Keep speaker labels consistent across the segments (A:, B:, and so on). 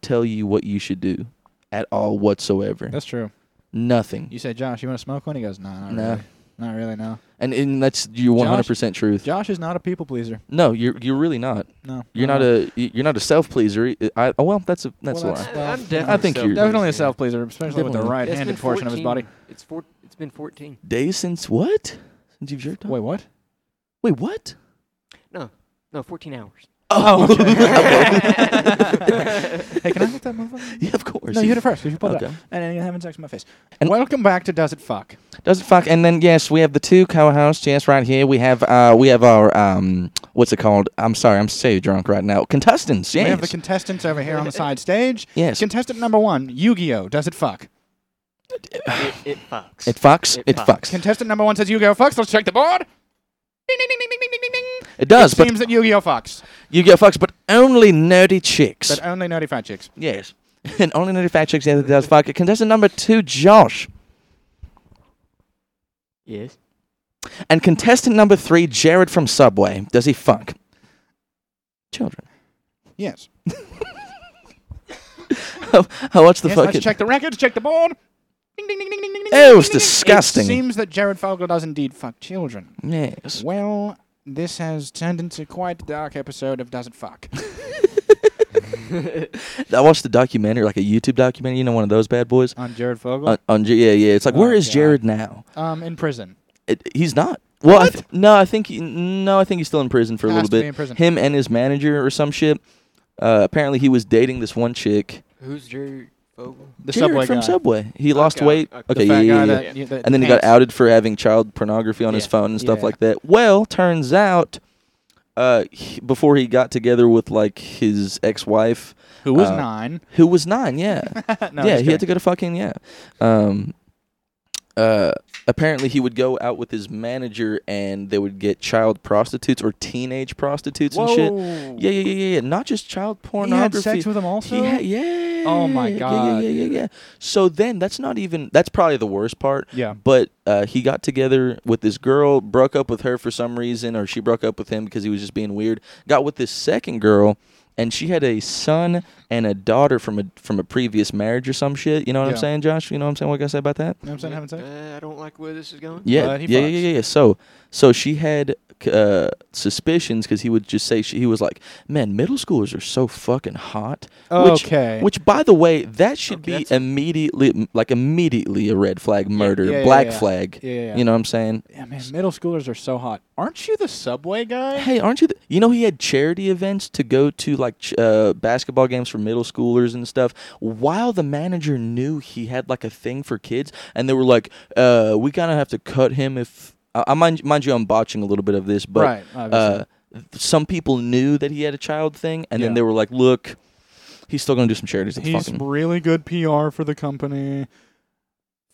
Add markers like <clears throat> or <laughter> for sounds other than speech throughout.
A: tell you what you should do at all whatsoever.
B: That's true.
A: Nothing.
B: You say, Josh, you want to smoke one? He goes, Nah, not
A: No.
B: really. Not really. No.
A: And and that's your
B: Josh-
A: 100% truth.
B: Josh is not a people pleaser.
A: No, you're you're really not.
B: No.
A: You're not a you're not a self pleaser. I oh, well that's a that's
B: Well,
A: a lie.
B: that's-
C: I'm
B: I
C: definitely.
A: think
C: self-
A: you're-
B: Definitely a self pleaser, especially with the
A: Definitely.
B: right
C: It's been
B: handed portion of his body.
C: 14 It's four. It's been 14.
A: Days since what? Since you've jerked off?
B: Wait, what?
A: Wait, what? <laughs>
C: No, 14 <laughs> hours.
A: Oh,
C: <laughs>
A: <laughs>
B: Hey, can I make that move? on?
A: yeah, of course.
B: No, you hit it first. 'cause You pulled it
A: Okay.
B: up. And you're having sex in my face.
A: And-
B: Welcome back to Does It Fuck?
A: Does it fuck? And then yes, we have the two co-hosts. Yes, right here we have uh we have our um what's it called? I'm sorry, I'm so drunk right now. Contestants. Yes.
B: We have the contestants over here on the side stage.
A: Yes.
B: Contestant number one, Yu Gi Oh! Does It Fuck?
C: it, it fucks.
A: it fucks. It,
C: It fucks.
A: fucks.
B: Contestant number one says Yu Gi Oh! Fucks. Let's check the board. Ding, ding, ding, ding, ding, ding, ding, ding.
A: It does, but
B: Seems that Yu Gi Oh! Fucks,
A: you get fucks, but only nerdy chicks.
B: but only nerdy fat chicks.
A: yes. <laughs> And only nerdy fat chicks. Yeah, that does fuck. Contestant number two, Josh,
C: yes.
A: and contestant number three, Jared from Subway. Does he fuck? Children.
B: Yes.
A: Oh, what's the
B: yes
A: fucking?
B: let's check the records, check the board. Ding, ding, ding, ding, ding, ding, ding,
A: Ew,
B: ding,
A: it's
B: ding, ding.
A: disgusting.
B: It seems that Jared Fogle does indeed fuck children.
A: Yes.
B: Well, this has turned into quite a dark episode of Does
A: <laughs>
B: It Fuck?
A: I watched the documentary, like a YouTube documentary. You know, one of those bad boys.
B: on Jared Fogle.
A: On, on J- yeah, yeah. It's like,
B: Uh-huh. Oh,
A: where is
B: God.
A: Jared now?
B: um, in prison.
A: It, he's not. Well, I th- no, I think he, no, I think he's still in prison for a
B: Has
A: little
B: to be
A: bit.
B: in prison.
A: Him and his manager or some shit. Uh, apparently, he was dating this one chick.
C: Who's Jerry Fogle?
B: The
A: Jared
B: subway
A: from
B: guy.
A: Subway. He lost
C: Okay,
A: weight.
C: okay.
A: Okay,
C: The
B: The
A: yeah,
B: fat
A: yeah,
B: guy
A: yeah.
B: that- you- that-
A: and then he got
B: pants.
A: outed for having child pornography on his
C: Yeah,
A: phone and stuff
B: yeah.
A: like that. Well, turns out, uh, he- before he got together with like his ex-wife,
B: Who was
A: uh,
B: nine? <laughs>
A: who was nine, yeah, <laughs> yeah,
B: No, just
A: he had to
B: kidding.
A: go to fucking yeah. Um, uh, apparently he would go out with his manager, and they would get child prostitutes or teenage prostitutes and shit.
B: Whoa.
A: Yeah, yeah, yeah, yeah, yeah. Not just child
B: He had
A: pornography.
B: sex with him also.
A: He had- yeah.
B: Oh my
A: yeah,
B: God.
A: Yeah, yeah, yeah, yeah. So then that's not even that's probably the worst part.
B: Yeah.
A: But uh, he got together with this girl, broke up with her for some reason, or she broke up with him because he was just being weird. Got with this second girl, and she had a son and a daughter from a from a previous marriage or some shit. You know what
B: Yeah.
A: I'm saying, Josh? You know what I'm saying? What can I say about that?
B: You know what I'm saying? Having sex.
C: Uh, I don't like where this is going.
A: Yeah,
B: But Uh, he
A: yeah, yeah,
B: fucks.
A: yeah, yeah. So, so she had c- uh, suspicions because he would just say she, he was like, "Man, middle schoolers are so fucking hot." Which,
B: Okay.
A: Which, by the way, that should
C: Okay,
A: be
C: that's-
A: immediately like immediately a red flag, murder,
B: yeah, yeah,
A: black
B: yeah.
A: flag.
B: Yeah, yeah, yeah.
A: You know what I'm saying?
B: Yeah, man, middle schoolers are so hot. Aren't you the subway guy?
A: Hey, aren't you? The, you know, he had charity events to go to, like ch- uh, basketball games for middle schoolers and stuff. While the manager knew he had like a thing for kids, and they were like, uh, "We kind of have to cut him." If I, I mind, mind you, I'm botching a little bit of this, but
B: Right, obviously.
A: uh, th- some people knew that he had a child thing, and
B: Yeah.
A: then they were like, "Look, he's still gonna do some charities." Let's
B: He's
A: fuck him."
B: really good PR for the company.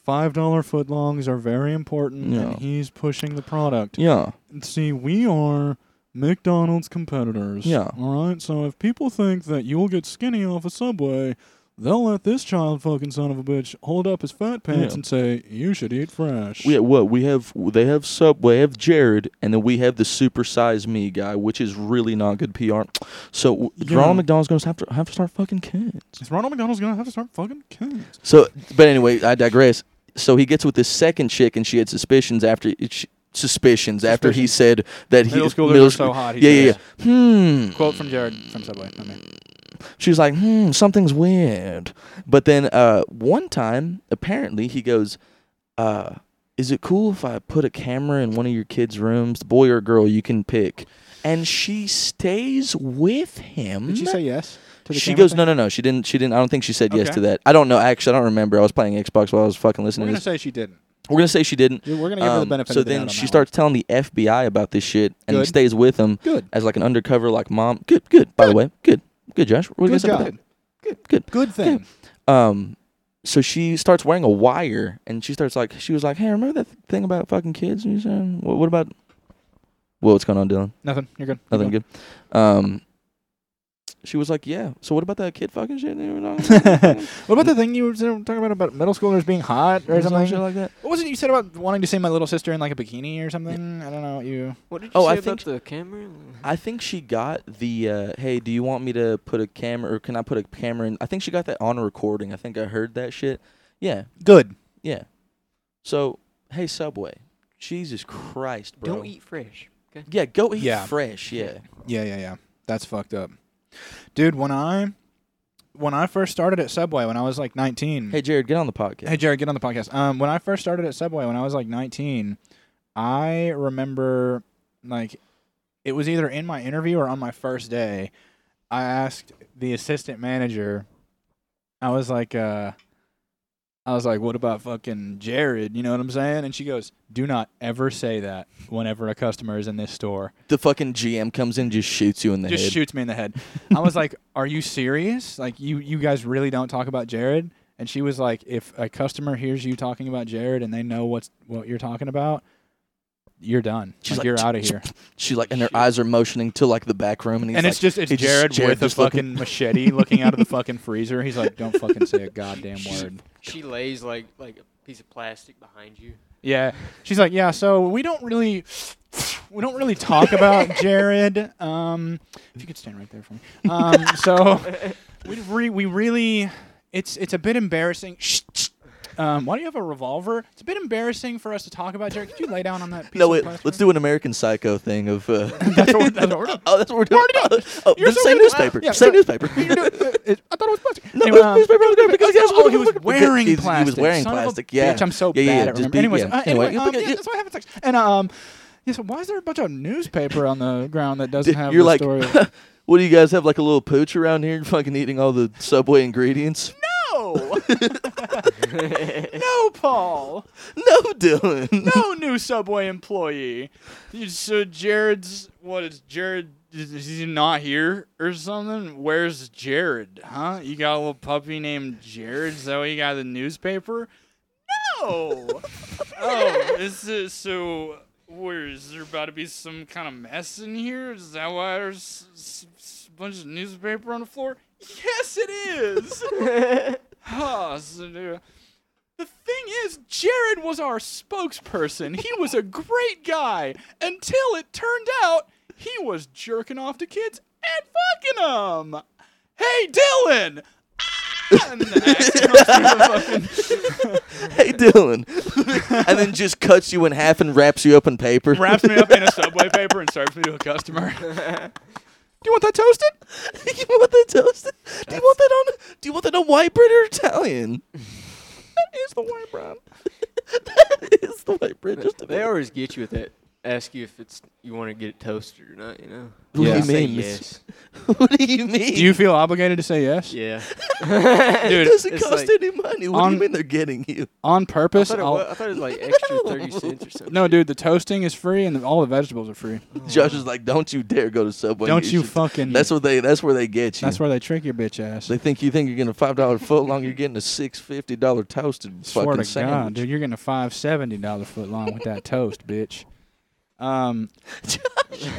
B: Five dollar footlongs are very important,
A: Yeah.
B: and he's pushing the product.
A: yeah,
B: See, we are McDonald's competitors.
A: Yeah.
B: All right. So if people think that you'll get skinny off a subway, they'll let this child fucking son of a bitch hold up his fat
A: Yeah.
B: pants and say, "You should eat fresh."
A: We what we have they have sub they have Jared and then we have the super size me guy which is really not good PR. So w
B: Yeah.
A: Ronald McDonald's gonna have to have to start fucking kids.
B: Is Ronald McDonald's gonna have to start fucking kids?
A: So but anyway, I digress. So he gets with this second chick and she had suspicions after it, she, suspicions after he said that he
B: Middle schoolers are
A: middle
B: so
A: school-
B: hot. he
A: Yeah, yeah,
B: says.
A: yeah. Hmm.
B: Quote from Jared from Subway. I mean.
A: She was like, hmm, something's weird. But then uh, one time, apparently, he goes, uh, is it cool if I put a camera in one of your kids' rooms, boy or girl, you can pick? And she stays with him.
B: Did she say yes? To the
A: Mm, she goes, no, no, no. She didn't. She didn't. I don't think she said yes
B: Okay.
A: to that. I don't know. Actually, I don't remember. I was playing Xbox while I was fucking
B: We're
A: listening to
B: gonna
A: this.
B: say she didn't.
A: We're gonna say she didn't.
B: We're gonna give her the
A: Um,
B: benefit.
A: so
B: of the doubt
A: then
B: on
A: she
B: that one.
A: starts telling the FBI about this shit, and he
B: Good.
A: stays with him
B: Good.
A: as like an undercover like mom. Good, good. By the way, good, good, Josh. What do you guys
B: Good
A: about
B: job.
A: that? Good, good.
B: Good thing.
A: Um, so she starts wearing a wire, and she starts like she was like, "Hey, remember that th- thing about fucking kids?" And you said, "What, what about?" Well, what's going on, Dylan?
B: Nothing. You're good.
A: Nothing good. Um, She was like, "Yeah." So what about that kid fucking shit? that you were talking about?
B: What about the thing you were talking about about middle schoolers being hot or
A: Some
B: something?
A: shit like that.
B: What was it you said about wanting to see my little sister in like a bikini or something? I don't know what you.
C: What did you
A: Oh,
C: say
A: I
C: about
A: think-
C: the camera?
A: I think she got the uh, hey, do you want me to put a camera or can I put a camera in? I think she got that on a recording. I think I heard that shit. Yeah,
B: Good.
A: yeah. So hey, Subway, Jesus Christ, bro.
C: Don't eat fresh.
A: Yeah, go eat
B: Yeah.
A: fresh. Yeah.
B: Yeah, yeah, yeah. That's fucked up, dude. When I when I first started at Subway when I was like 19.
A: Hey, Jared, get on the podcast.
B: Hey, Jared, get on the podcast. Um, when I first started at Subway when I was like 19, I remember like it was either in my interview or on my first day. I asked the assistant manager. I was like, uh, I was like, what about fucking Jared? You know what I'm saying? And she goes, "Do not ever say that whenever a customer is in this store."
A: The fucking GM comes in, just shoots you in the
B: just
A: head.
B: shoots me in the head.
A: <laughs>
B: I was like, "Are you serious? Like you you guys really don't talk about Jared?" And she was like, "If a customer hears you talking about Jared and they know what's what you're talking about, you're done.
A: She's
B: like,
A: like,
B: you're out of here."
A: She like, and their eyes are motioning to like the back room, and he's
B: And
A: like,
B: it's just it's
A: it's just
B: Jared,
A: Jared
B: with a
A: just looking-
B: fucking machete looking out of the fucking freezer. He's like, "Don't fucking
A: <laughs>
B: say a goddamn word."
C: She lays like like a piece of plastic behind you.
B: Yeah. She's like, "Yeah, so we don't really we don't really
A: <laughs>
B: talk about Jared. Um, if you could stand right there for me. Um,
A: <laughs>
B: so we re- we really it's it's a bit embarrassing. Shh, shh. Um, why do you have a revolver? It's a bit embarrassing for us to talk about Jared. Could you lay down on that? Piece
A: No,
B: of
A: wait,
B: plastic?
A: let's do an American Psycho thing of. Uh,
B: <laughs>
A: <laughs>
B: That's what, that's what we're doing.
A: oh, that's what we're doing. Oh, oh,
B: You're so
A: say
B: good at-
A: newspaper.
B: yeah,
A: say
B: so-
A: newspaper. <laughs>
B: You're doing- it- it- I thought it was plastic.
A: No,
B: Anyway,
A: it was
B: um,
A: newspaper, it was good because guess what
B: Oh,
A: the
B: he was
A: fuck-
B: wearing
A: He was
B: plastic.
A: wearing
B: Son of a
A: plastic, yeah.
B: bitch, I'm so
A: Yeah, yeah,
B: bad
A: yeah,
B: at
A: just
B: remembering.
A: be-
B: Anyways,
A: yeah,
B: uh,
A: anyway,
B: anyway,
A: you
B: um,
A: look at-
B: yeah,
A: you-
B: that's why I haven't sex. And um, yeah, so why is there a bunch of newspaper on the ground that doesn't
A: Did- <laughs>
B: have
A: You're
B: the
A: like,
B: story?
A: what do you guys have? Like a little pooch around here, fucking eating all the Subway ingredients?
B: no, <laughs> no, Paul.
A: <laughs> No, Dylan. <laughs>
B: no new Subway employee. So Jared's what is Jared? Is, is he not here or something? Where's Jared? Huh? You got a little puppy named Jared, so you got the newspaper. No. oh, is it so? Where is there about to be some kind of mess in here? Is that why there's s- s- a bunch of newspaper on the floor? Yes, it is. Ah, so there- the thing is, Jared was our spokesperson. He was a great guy until it turned out he was jerking off to kids and fucking them. Hey, Dylan! Ah! And acting up through the fucking-
A: hey, Dylan. and then just cuts you in half and wraps you up in paper.
B: wraps me
A: <laughs>
B: up in a subway paper and serves me to a customer. Do you want that
A: <laughs>
B: toasted?
A: you want that toasted? Do you want that on? Do you want that on white bread or Italian? <laughs>
B: That is the white bread.
A: that is the white bread. Just a
C: They
A: bit.
C: always get you with that. Ask you if it's you want to get it toasted or not. You know.
A: What
B: Yeah.
A: do you
C: Say
A: mean?
C: yes.
A: <laughs> What do you mean?
B: Do you feel obligated to say yes?
C: Yeah.
A: it
B: Dude,
A: doesn't
C: it's
A: cost
C: like-
A: any money. What do
B: on-
A: you mean they're getting you? <laughs>
B: on
C: I
B: purpose.
C: thought, it
B: I'll-
C: was, I thought it
B: <laughs>
C: was like extra thirty cents or something.
B: no, dude, the toasting is free and the, all the vegetables are free.
A: Josh is like, don't you dare go to Subway. and
B: Don't
A: get
B: you
A: shit." <laughs>
B: fucking.
A: That's what they. That's where they get you.
B: That's where they trick your bitch ass.
A: They think you think you're getting a five dollar foot long. You're getting a six fifty dollar toasted
B: Swear
A: fucking
B: to God,
A: sandwich.
B: dude, you're getting a five seventy dollar foot long with that toast, bitch. Um,
A: <laughs>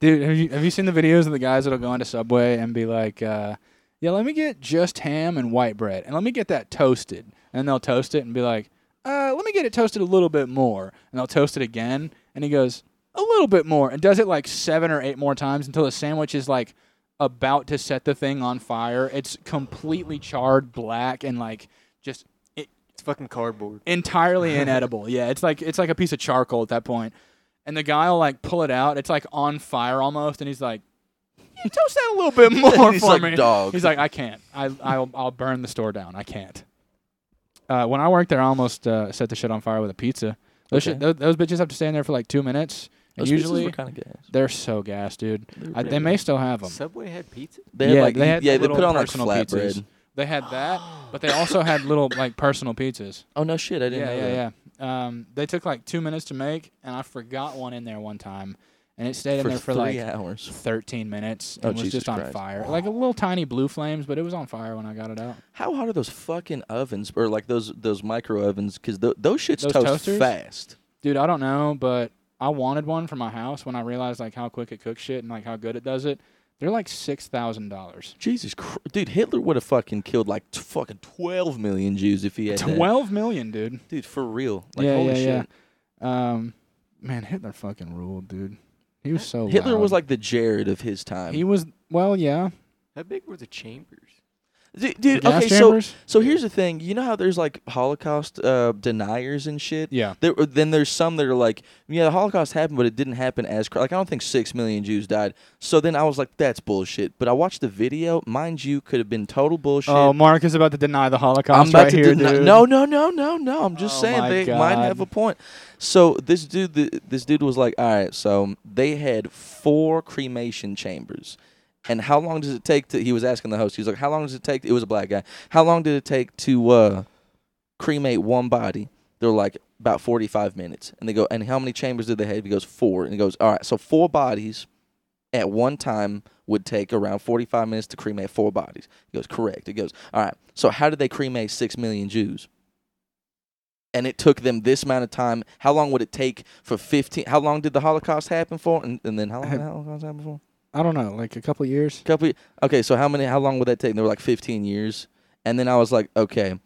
B: dude, have you have you seen the videos of the guys that'll go into Subway and be like, uh, "Yeah, let me get just ham and white bread, and let me get that toasted," and they'll toast it and be like, uh, "Let me get it toasted a little bit more," and they'll toast it again, and he goes, "A little bit more," and does it like seven or eight more times until the sandwich is like about to set the thing on fire. It's completely charred black and like just it,
C: It's fucking cardboard.
A: <laughs>
B: entirely inedible. Yeah, it's like it's like a piece of charcoal at that point. And the guy will like pull it out. It's like on fire almost, and he's like, "You toast that a
A: <laughs>
B: little bit more
A: He's
B: for
A: like,
B: me."
A: "Dog."
B: He's like, "I can't. I I'll, I'll burn the store down. I can't." Uh, when I worked there, I almost uh, set the shit on fire with a pizza. Those,
A: Okay.
B: shit, those, those bitches have to stay in there for like two minutes. And
A: Those pizzas
B: usually,
A: were kind of gas.
B: they're so gas, dude.
A: They were
B: I, they
A: really
B: may still have them.
C: Subway had pizza.
A: They had like yeah, they
B: little
A: put on like
B: personal
A: flatbread.
B: pizzas. They had that, <gasps> but they also had little like personal pizzas.
A: Oh no shit, I didn't
B: Yeah,
A: know
B: yeah,
A: that.
B: yeah. Um, they took like two minutes to make, and I forgot one in there one time, and it stayed in
A: For,
B: there for
A: three
B: like
A: hours.
B: 13 minutes and
A: Oh,
B: was
A: Jesus
B: just on
A: Christ.
B: fire, like a little tiny blue flames, but it was on fire when I got it out.
A: How hot are those fucking ovens or like those those micro ovens? Because those shits
B: Those
A: toast
B: toasters?
A: fast.
B: Dude, I don't know, but I wanted one for my house when I realized like how quick it cooks shit and like how good it does it. They're like six thousand dollars.
A: Jesus Christ. Dude, Hitler would have fucking killed like t- fucking 12 million Jews if he had that.
B: Twelve million, dude.
A: Dude, for real. Like,
B: yeah,
A: holy
B: yeah,
A: shit.
B: yeah. Um, man, Hitler fucking ruled, dude. He was so.
A: Hitler
B: loud.
A: was like the Jared of his time.
B: He was well, yeah.
C: How big were the chambers?
A: D- dude,
B: Gas
A: okay, so
B: chambers.
A: so here's the thing. You know how there's like Holocaust uh, deniers and shit.
B: yeah.
A: There, then there's some that are like, yeah, the Holocaust happened, but it didn't happen as cr- like I don't think six million Jews died. So then I was like, that's bullshit. But I watched the video, mind you, could have been total bullshit.
B: Oh, Mark is about to deny the Holocaust
A: I'm about
B: right
A: to
B: here,
A: deny-
B: dude.
A: no, no, no, no, no. I'm just
B: Oh my
A: saying they might
B: God.
A: have a point. So this dude, th- this dude was like, all right. So they had four cremation chambers, and how long does it take to? He was asking the host. He was like, how long does it take? It was a black guy. How long did it take to uh, cremate one body? They're like about 45 minutes, and they go, and how many chambers did they have? He goes four, and he goes, all right. So four bodies at one time would take around 45 minutes to cremate four bodies. He goes, correct. He goes, all right. So how did they cremate 6 million Jews? And it took them this amount of time. How long would it take for 15? How long did the Holocaust happen for? And, and then how
B: <laughs>
A: long did the Holocaust happen for?
B: I don't know, like a couple of years.
A: couple ye- okay so how many how long would that take and they were like 15 years and then i was like okay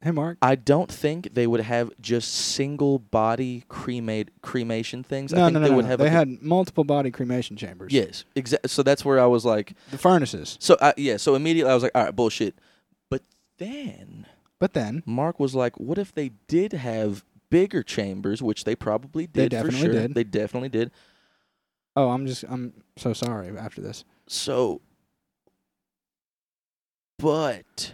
B: Hey, Mark.
A: i don't think they would have just single body cremate cremation things
B: No,
A: i think
B: no, no,
A: they
B: no.
A: would
B: no.
A: have
B: they
A: like a-
B: had multiple body cremation chambers.
A: yes exactly so that's where i was like
B: the furnaces.
A: so I, yeah so immediately i was like all right bullshit but then
B: But then
A: mark was like what if they did have bigger chambers which they probably
B: They
A: did
B: definitely
A: for sure
B: did.
A: they definitely did
B: Oh, I'm just I'm so sorry after this.
A: so but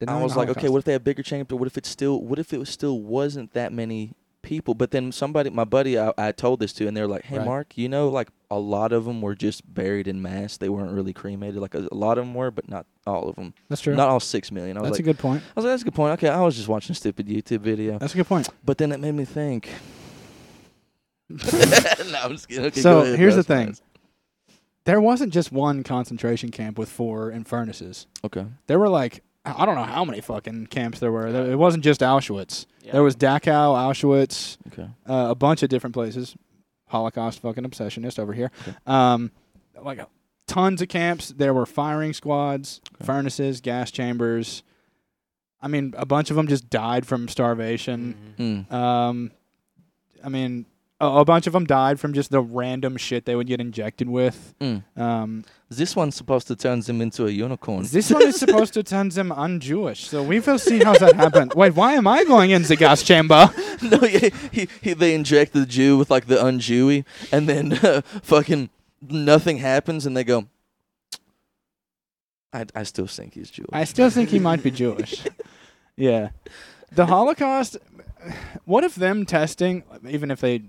B: Denying
A: I
B: the
A: was like, okay,
B: Holocaust.
A: what if they had bigger chamber? What if it still? What if it was still wasn't that many people? But then somebody, my buddy, I, I told this to, and they're like, hey,
B: Right.
A: Mark, you know, like a lot of them were just buried in mass. They weren't really cremated. Like a, a lot of them were, but not all of them.
B: That's true.
A: Not all six million. I was
B: That's a Uh,
A: like,
B: good point.
A: I was like, that's a good point. Okay, I was just watching a stupid YouTube video,
B: That's a
A: <laughs>
B: good point.
A: but then it made me
B: <laughs>
A: think. <laughs> no, I'm just kidding. Okay,
B: So,
A: go ahead,
B: here's
A: bro.
B: the thing. There wasn't just one concentration camp with four and furnaces.
A: Okay.
B: There were like I don't know how many fucking camps there were. There- It wasn't just Auschwitz.
C: Yeah.
B: There was Dachau, Auschwitz,
A: Okay.
B: uh, a bunch of different places. Holocaust fucking obsessionist over here.
A: Okay.
B: Um, like tons of camps. There were firing squads,
A: Okay.
B: furnaces, gas chambers. I mean, a bunch of them just died from starvation.
C: Mhm.
A: Mm.
B: Um, I mean, a, a bunch of them died from just the random shit they would get injected with.
A: Mm.
B: Um,
A: This one's supposed to turn them into a unicorn.
B: this one
A: <laughs>
B: is supposed to <laughs> turn them un-Jewish, so we will see how that happens. Wait, why am I going in the gas chamber?
A: <laughs> No, yeah, he, he they inject the Jew with like the unjewy, and then <laughs> uh, fucking nothing happens, and they go. I I still think he's Jewish.
B: I still think he might be Jewish. <laughs> yeah. The Holocaust, what if them testing, even if they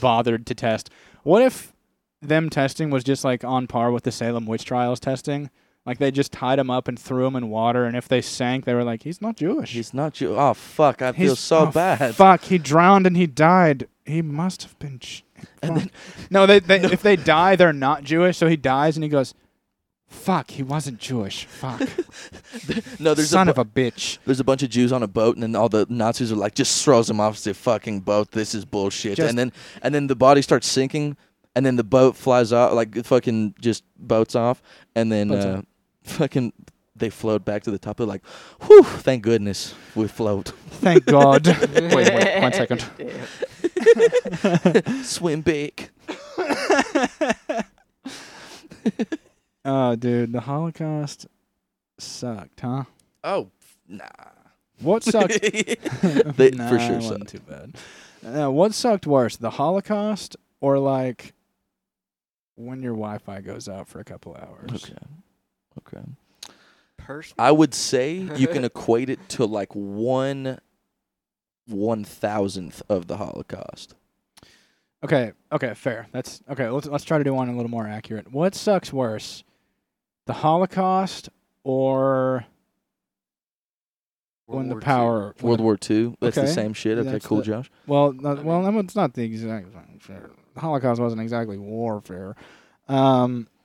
B: bothered to test, what if them testing was just like on par with the Salem witch trials testing? Like they just tied him up and threw him in water, and if they sank, they were like, he's not Jewish.
A: he's not Jew. Oh fuck! I feel
B: He's-
A: so
B: oh,
A: bad.
B: Fuck, he drowned and he died. He must have been. J-
A: And
B: fuck. no,
A: <laughs>
B: they, they if they die, they're not Jewish. So he dies and he goes, "Fuck, he wasn't
A: <laughs>
B: Jewish. Fuck,
A: No, there's
B: son
A: a,
B: of a bitch."
A: there's a bunch of Jews on a boat, and then all the Nazis are like, just throws them off the fucking boat. This is bullshit.
B: Just-
A: and then and then the body starts sinking, and then the boat flies off, like fucking just boats off, and then
B: Boats
A: uh, fucking they float back to the top. They're like, whew, thank goodness we
B: <laughs>
A: float.
B: Thank God.
A: <laughs>
B: <laughs> <laughs> wait, wait,
C: <laughs>
B: one second.
C: Damn.
A: Swim back.
B: Oh, dude, the Holocaust sucked, huh?
A: Oh, nah. <laughs>
B: What <laughs> sucked?
A: They-
B: Nah,
A: for sure
B: it wasn't Too bad. Uh, what sucked worse, the Holocaust or like when your Wi-Fi goes out for a couple hours?
A: Okay. Okay.
C: Pers-
A: I would say you
B: <laughs>
C: <laughs>
A: can equate it to like one one thousandth of the Holocaust.
B: Okay. Okay. Fair. That's okay. Let's let's try to do one a little more accurate. What sucks worse, the Holocaust or when
C: World
B: the
C: War II. <laughs>
B: power when
A: World
B: the-
A: War Two. That's
B: Okay.
A: the same shit. Okay,
B: That's
A: cool,
B: the-
A: Josh.
B: Well, no, well, no, it's not the exact. The Holocaust wasn't exactly warfare. Um, <laughs>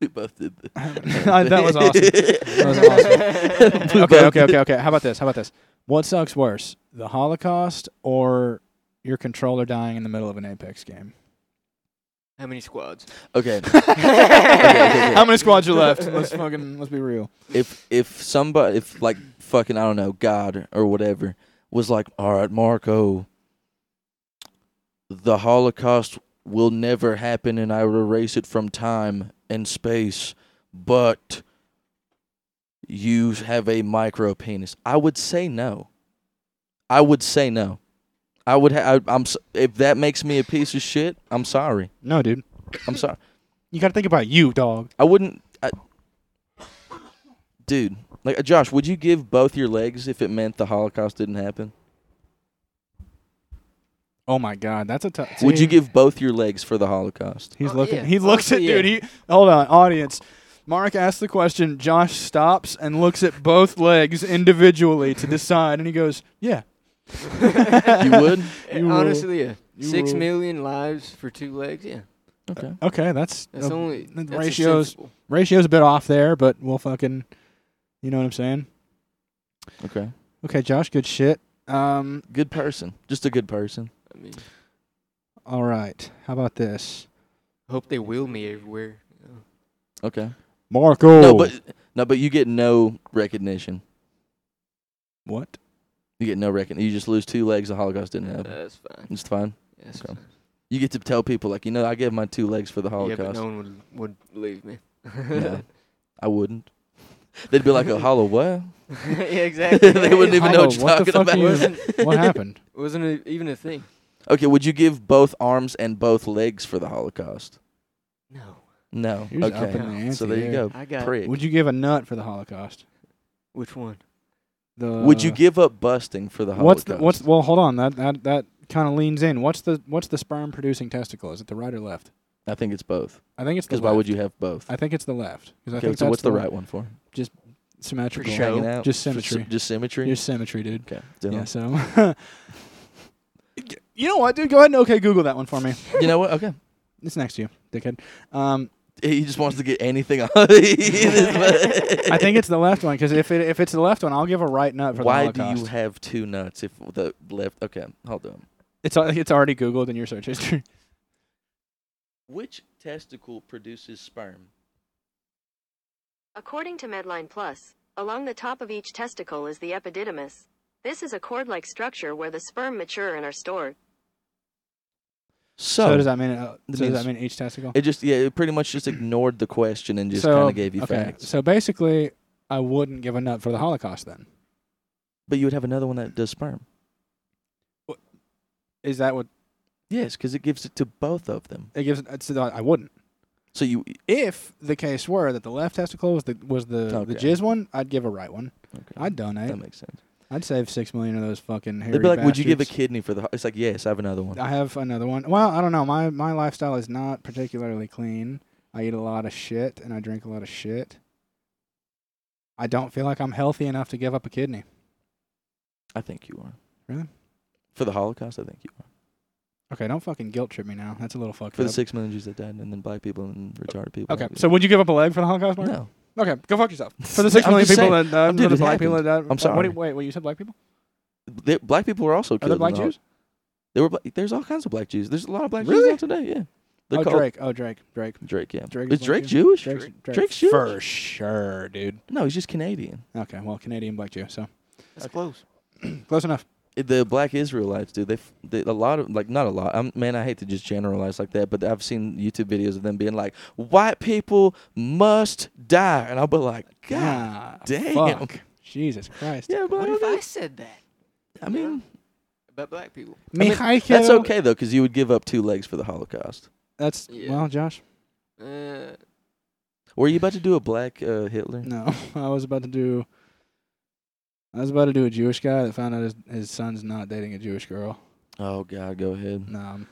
A: We both did this.
B: <laughs> that was
A: <laughs>
B: awesome. That was awesome.
A: awesome.
B: <laughs> Okay, okay, okay, okay. How about this? How about this? What sucks worse, the <laughs> Holocaust or your controller dying in the middle of an Apex game?
C: <laughs> How
B: <laughs>
C: many squads?
A: Okay. okay, okay.
D: How many squads are left? Let's
C: <laughs>
D: fucking let's be real.
A: if if somebody if like fucking I don't know God or whatever was like, all right, Marco, the Holocaust will never happen, and I will erase it from time and space, but you have a micro penis. I would say no. I would say no. I would. Ha- I, I'm. s- If that makes me a piece of shit, I'm sorry.
B: No, dude.
A: I'm sorry.
B: You got to think about you, dog.
A: I wouldn't. I, dude, like uh, Josh, would you give both your legs if it meant the Holocaust didn't happen?
B: Oh my God, that's a tough.
A: Would you
B: see,
A: give both your legs for the Holocaust?
B: He's
C: Oh,
B: looking.
C: yeah.
B: He looks at
C: Honestly,
B: dude. He hold on, audience.
D: Mark asks the question. Josh stops and looks at both legs individually
C: <laughs>
D: to decide, and he goes, "Yeah,
A: You would.
C: Eh,
D: You
C: Honestly, yeah.
D: you
C: Six
D: rule.
C: million lives for two legs. Yeah,
A: Okay.
B: Okay, that's
C: that's
B: uh,
C: only
B: the
C: that's a
B: ratios-
C: sensible-
B: ratio's a bit off there, but we'll fucking. You know what I'm saying?
A: Okay.
B: Okay, Josh. Good shit. Um.
A: Good person. Just a good person.
C: I mean,
B: All right. How about this,
C: hope they wheel me everywhere. you know.
A: Okay.
B: Marco?
A: No, but no, but you get no recognition.
B: what?
A: You get no recognition. You just lose two legs. The Holocaust didn't
C: Uh,
A: happen.
C: that's fine.
A: It's fine.
C: That's
A: Okay.
C: fine.
A: You get to tell people like, you know, I gave my two legs for the
C: Yeah, but
A: Holocaust.
C: no one would would believe me.
A: No, I wouldn't. They'd be like, "A hollow what?"
C: <laughs>
A: <laughs>
C: yeah, exactly.
A: They wouldn't even know
B: Hollow,
A: what you're
B: what the
A: talking
B: fuck
A: about.
B: are you-
A: <laughs>
B: what
C: <laughs>
B: happened?
C: Wasn't a, even a thing.
A: Okay, would you give both arms and both legs for the Holocaust?
C: No,
A: No.
B: You're just
A: okay.
B: upping the
A: so
B: ante
A: there you go.
C: I got.
A: Prick.
B: Would you give a nut for the Holocaust?
C: Which one?
B: The
A: Would you give up busting for the
B: uh, What's
A: Holocaust?
B: the, what's well? Hold on. That that that kind of leans in. What's the what's the sperm producing testicle? Is it the right or left?
A: I think it's both.
B: I think it's the.
A: Because
B: left.
A: why would you have both?
B: I think it's the left. 'cause I
A: okay,
B: think
A: so
B: that's
A: what's the,
B: one-
A: right one for?
B: Symmetrical.
C: For show.
A: Hanging out?
B: Just
A: For sy-
B: symmetry.
A: just symmetry.
B: Your symmetry, dude.
A: okay.
B: Yeah.
A: Yes.
B: So. <laughs> you know what, dude? Go ahead and okay Google that one
A: <laughs>
B: for me.
A: You know what?
B: <laughs>
A: Okay.
B: It's next to you, dickhead.
A: <laughs>
B: Um,
A: He just wants to get anything
B: <laughs>
A: on. <laughs> I
B: I think it's the left one because if it if it's the left one, I'll give a right nut for
A: <laughs> Why
B: the
A: do
B: Holocaust.
A: you have two nuts if the left? Okay, hold on.
B: it's al- it's already Googled in your search history.
A: Which testicle produces sperm?
E: According to Medline Plus, along the top of each testicle is the epididymis. This is a cord like structure where the sperm mature and are stored.
A: So,
B: So, does that mean? Uh,
A: That
B: so does
A: means-
B: that mean each testicle?
A: it just yeah, it pretty much just ignored the question and just
B: So,
A: kind of gave you
B: okay,
A: facts.
B: So basically, I wouldn't give a nut for the Holocaust then.
A: But you would have another one that does sperm.
B: Is that what
A: Yes, because it gives it to both of them.
B: it gives? It's, I wouldn't.
A: So you
B: If the case were that the left testicle was the was the the
A: Okay.
B: jizz one, I'd give a right one.
A: okay,
B: I'd
A: that
B: donate.
A: makes sense.
B: I'd save six million of those fucking. Hairy
A: They'd be like, "Would you give a
B: bastards."
A: kidney for the?" ho-" It's like, "Yes, I have another one."
B: I have another one. Well, I don't know. My my lifestyle is not particularly clean. I eat a lot of shit and I drink a lot of shit. I don't feel like I'm healthy enough to give up a kidney.
A: I think you are.
B: Really?
A: For the Holocaust, I think you are.
B: Okay, don't fucking guilt trip me now. That's a little fucked
A: For the
B: up.
A: six million Jews that died, and then black people and retarded people.
B: Okay, so would you give up a leg for the Holocaust, Mark?
A: no,
B: Okay, go fuck yourself. For the <laughs> six
A: I'm
B: million
A: just
B: people
A: saying.
B: that uh,
A: Dude,
B: for the
A: it
B: black people that uh,
A: I'm sorry.
B: What, do you- wait, wait, you said black people?
A: They- black people were also
B: Are
A: killed.
B: there
A: in
B: black
A: the
B: Jews?
A: They were. Bla- there's all kinds of black Jews. There's a lot of black
B: Really?
A: Jews out today. Yeah, they're
B: Oh,
A: called
B: Drake. Oh, Drake. Drake.
A: Drake. Yeah,
B: Drake
A: is
B: black
A: Drake
B: Jew?
A: Jewish?
B: Drake's, Drake.
A: Drake's Jewish.
B: For sure, dude.
A: No, he's just Canadian.
B: Okay, well, Canadian black Jew, so <clears throat>
C: That's close.
B: close enough.
A: It- The black Israelites, dude. They, f- they a lot of like not a lot. I'm, man, I hate to just generalize like that, but I've seen YouTube videos of them being like, "White people must die," and I'll be like, "God
B: Ah,
A: damn."
B: fuck. Jesus Christ.
A: <laughs> Yeah, but
C: What if
A: I,
C: I said that
A: I mean,
C: about black people?
A: mean,
B: Mikhail-
A: that's okay though, because you would give up two legs for the Holocaust.
B: That's
C: Yeah.
B: well, Josh.
C: Uh,
A: Were you about to do a black uh, Hitler?
B: No, <laughs> I was about to do. I was about to do a Jewish guy that found out his, his son's not dating a Jewish girl.
A: Oh God, go ahead.
B: No, I'm-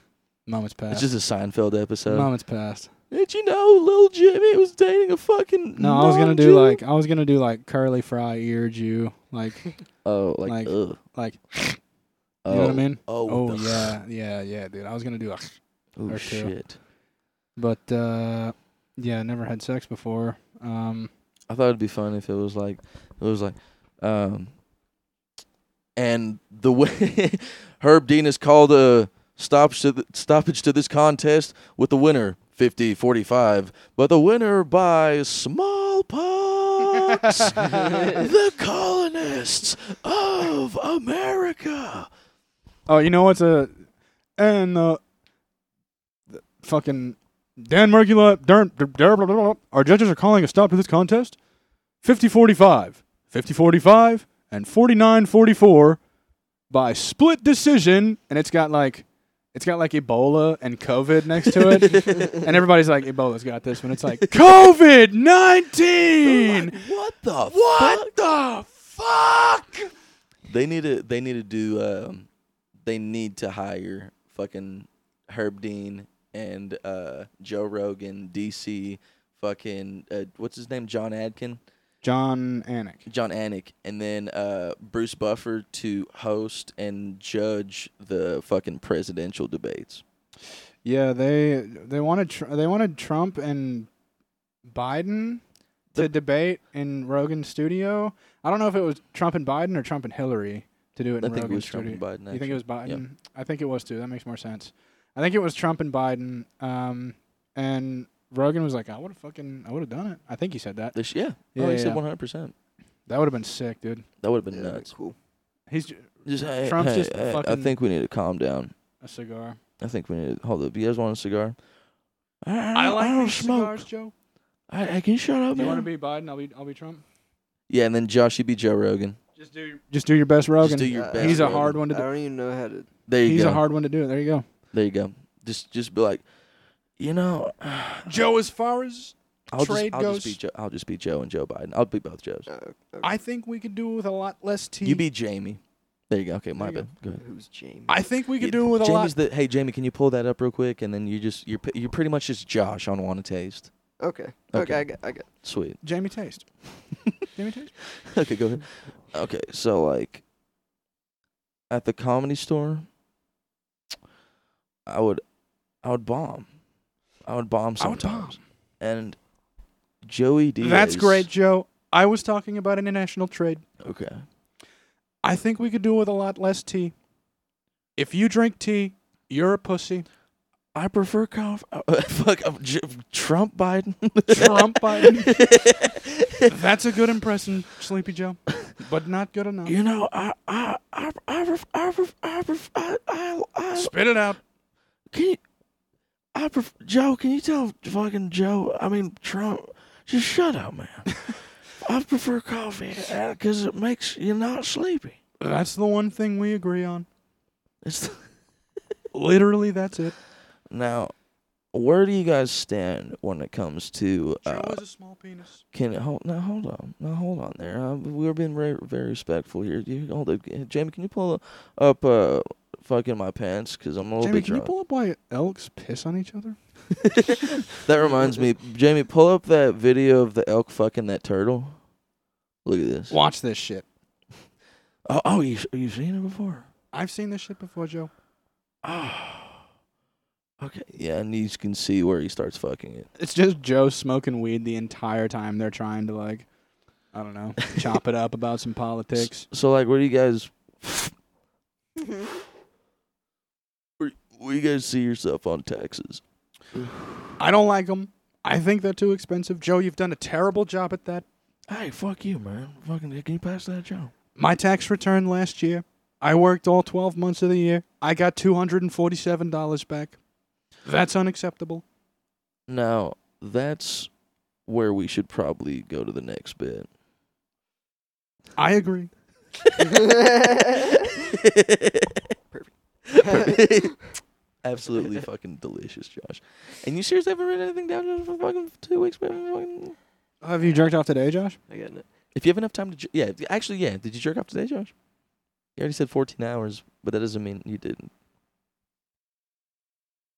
B: moment's
A: It's
B: passed.
A: just a Seinfeld episode.
B: moment's passed.
A: Did you know little Jimmy was dating a fucking?
B: No, I was gonna do
A: non-Jew?
B: like I was gonna do like curly fry ear Jew, like
A: Oh, like,
B: like-
A: ugh.
B: like
A: Oh,
B: you know what I mean?
A: Oh,
B: Oh,
A: the-
B: yeah, yeah, yeah, dude. I was gonna do a,
A: Oh
B: Or two.
A: shit!
B: but uh, yeah, never had sex before. Um,
A: I thought it'd be fun if it was like it was like, um, and the way <laughs> Herb Dean has called a stoppage to the, stoppage to this contest with the winner 50 45, but the winner by smallpox, the colonists of America.
B: Oh, you know what's a and uh, the fucking Dan Merkula der, der, der, blah, blah, blah. our judges are calling a stop to this contest. 50-45, 50-45 and 49-44 by split decision and it's got like it's got like Ebola and COVID next to
A: <laughs>
B: it. and everybody's like Ebola's got this one. It's like COVID-19.
A: <laughs> Like, what the fuck?
B: What the fuck?
A: They need to they need to do um, they need to hire fucking Herb Dean and uh, Joe Rogan, DC, fucking uh, what's his name, John Adkin,
B: John Anik.
A: John Anik, and then uh, Bruce Buffer to host and judge the fucking presidential debates.
B: Yeah, they they wanted tr- they wanted Trump and Biden to
A: The-
B: debate in Rogan's studio. I don't know if it was Trump and Biden or Trump and Hillary to do it
A: I
B: in
A: think it
B: Rogan's
A: was Trump
B: studio.
A: and Biden.
B: you think it was Biden?
A: yeah.
B: I think it was too. That makes more sense. I think it was Trump and Biden. Um, and Rogan was like, "I would have fucking, I would have done it." I think he said that.
A: This, yeah.
B: Yeah,
A: oh, he
B: yeah,
A: said
B: yeah.
A: one hundred percent.
B: That would have been sick, dude.
A: That would have been
C: Yeah,
A: nuts.
C: Cool.
B: He's j-
A: Just, hey,
B: Trump's
A: hey,
B: just
A: hey, I
B: fucking-
A: think we need to calm down.
B: a cigar.
A: I think we need to hold up. You guys want a cigar? I,
D: I
A: don't-
D: like
A: I don't
D: these
A: smoke.
B: Cigars, Joe.
A: I, I can you shut up,
B: Do you want to
A: man.
B: be Biden? I'll be, I'll be Trump.
A: yeah, and then Josh, you be Joe Rogan.
D: Just do.
B: Just do your best, Rogan.
A: do your
C: best,
B: He's a
A: Rogan.
B: hard one
C: I
B: to do.
C: don't even know how to.
A: There you
B: He's
A: go.
B: a hard one to do. There you go.
A: there you go. Just just be like, you know, <sighs>
D: Joe, as far as
A: I'll
D: Trade
A: just I'll
D: goes-
A: just be Joe. I'll just be Joe and Joe Biden. I'll be both Joes.
C: Uh, okay.
D: I think we could do with a lot less tea.
A: You be Jamie. There you go. Okay, my
B: There you
A: bad. Go ahead.
C: Who's Jamie?
D: I think we could
A: Yeah,
D: do with a lot.
A: Jamie's the hey Jamie, can you pull that up real quick? And then you just you're p- you're pretty much just Josh on want to taste.
C: okay.
A: Okay.
C: okay. I got. I got.
B: <laughs>
A: Sweet.
B: Jamie
A: <laughs>
B: Taste. Jamie Taste.
A: okay, go ahead. Okay, so like at the comedy store, I would I would bomb. I would bomb
D: I would
A: sometimes. And Joey D.
B: That's great, Joe. I was talking about international trade.
A: Okay.
B: I think we could do with a lot less tea. If you drink tea, you're
A: <laughs>
B: a pussy.
A: I prefer conf- <laughs> uh, fuck um, J- Trump Biden. <laughs>
B: Trump Biden. That's a good impression, Sleepy Joe, but not good enough.
A: you know, I I I I pref- I pref- I pref- I, I, I
D: Spit it out.
A: can you, I pref- Joe, can you tell fucking Joe, I mean Trump, just shut up, <laughs> man. I prefer coffee because it makes you not sleepy.
B: That's the one thing we agree on.
A: It's
B: Literally, that's it.
A: now, where do you guys stand when it comes to
B: Joe
A: uh,
B: is a small penis.
A: Can it hold? No, hold on. No, hold on. There, uh, we're being very, very respectful here. You hold it, Uh, Jamie. Can you pull up, uh, fucking my pants? Cause I'm a little
B: Jamie,
A: bit
B: can you
A: drunk.
B: pull up why elks piss on each other?
A: that reminds me, Jamie, pull up that video of the elk fucking that turtle. Look at this.
B: Watch this shit.
A: Oh, oh, you you seen it before?
B: I've seen this shit before, Joe.
A: Oh. Okay. Yeah, and you can see where he starts fucking it.
B: It's just Joe smoking weed the entire time. They're trying to like, I don't <laughs> know, chop it up about some politics.
A: So, like, what do you guys?
E: Mm-hmm.
A: Where, where you guys see yourself on taxes?
B: I don't like them. I think they're too expensive. Joe, you've done a terrible job at that.
A: Hey, fuck you, man. Fucking, can you pass that job?
B: My tax return last year, I worked all 12 months of the year. I got $247 back. That's unacceptable.
A: Now, that's where we should probably go to the next bit.
B: I agree.
A: Perfect.
B: <laughs>
A: Absolutely fucking delicious, Josh. And you seriously haven't written anything down just for fucking two weeks, man? Fucking-
B: Have you jerked off today, Josh?
C: I got. it.
A: If you have enough time to, ju- yeah. if- Actually, yeah. Did you jerk off today, Josh? You already said 14 hours, but that doesn't mean you didn't.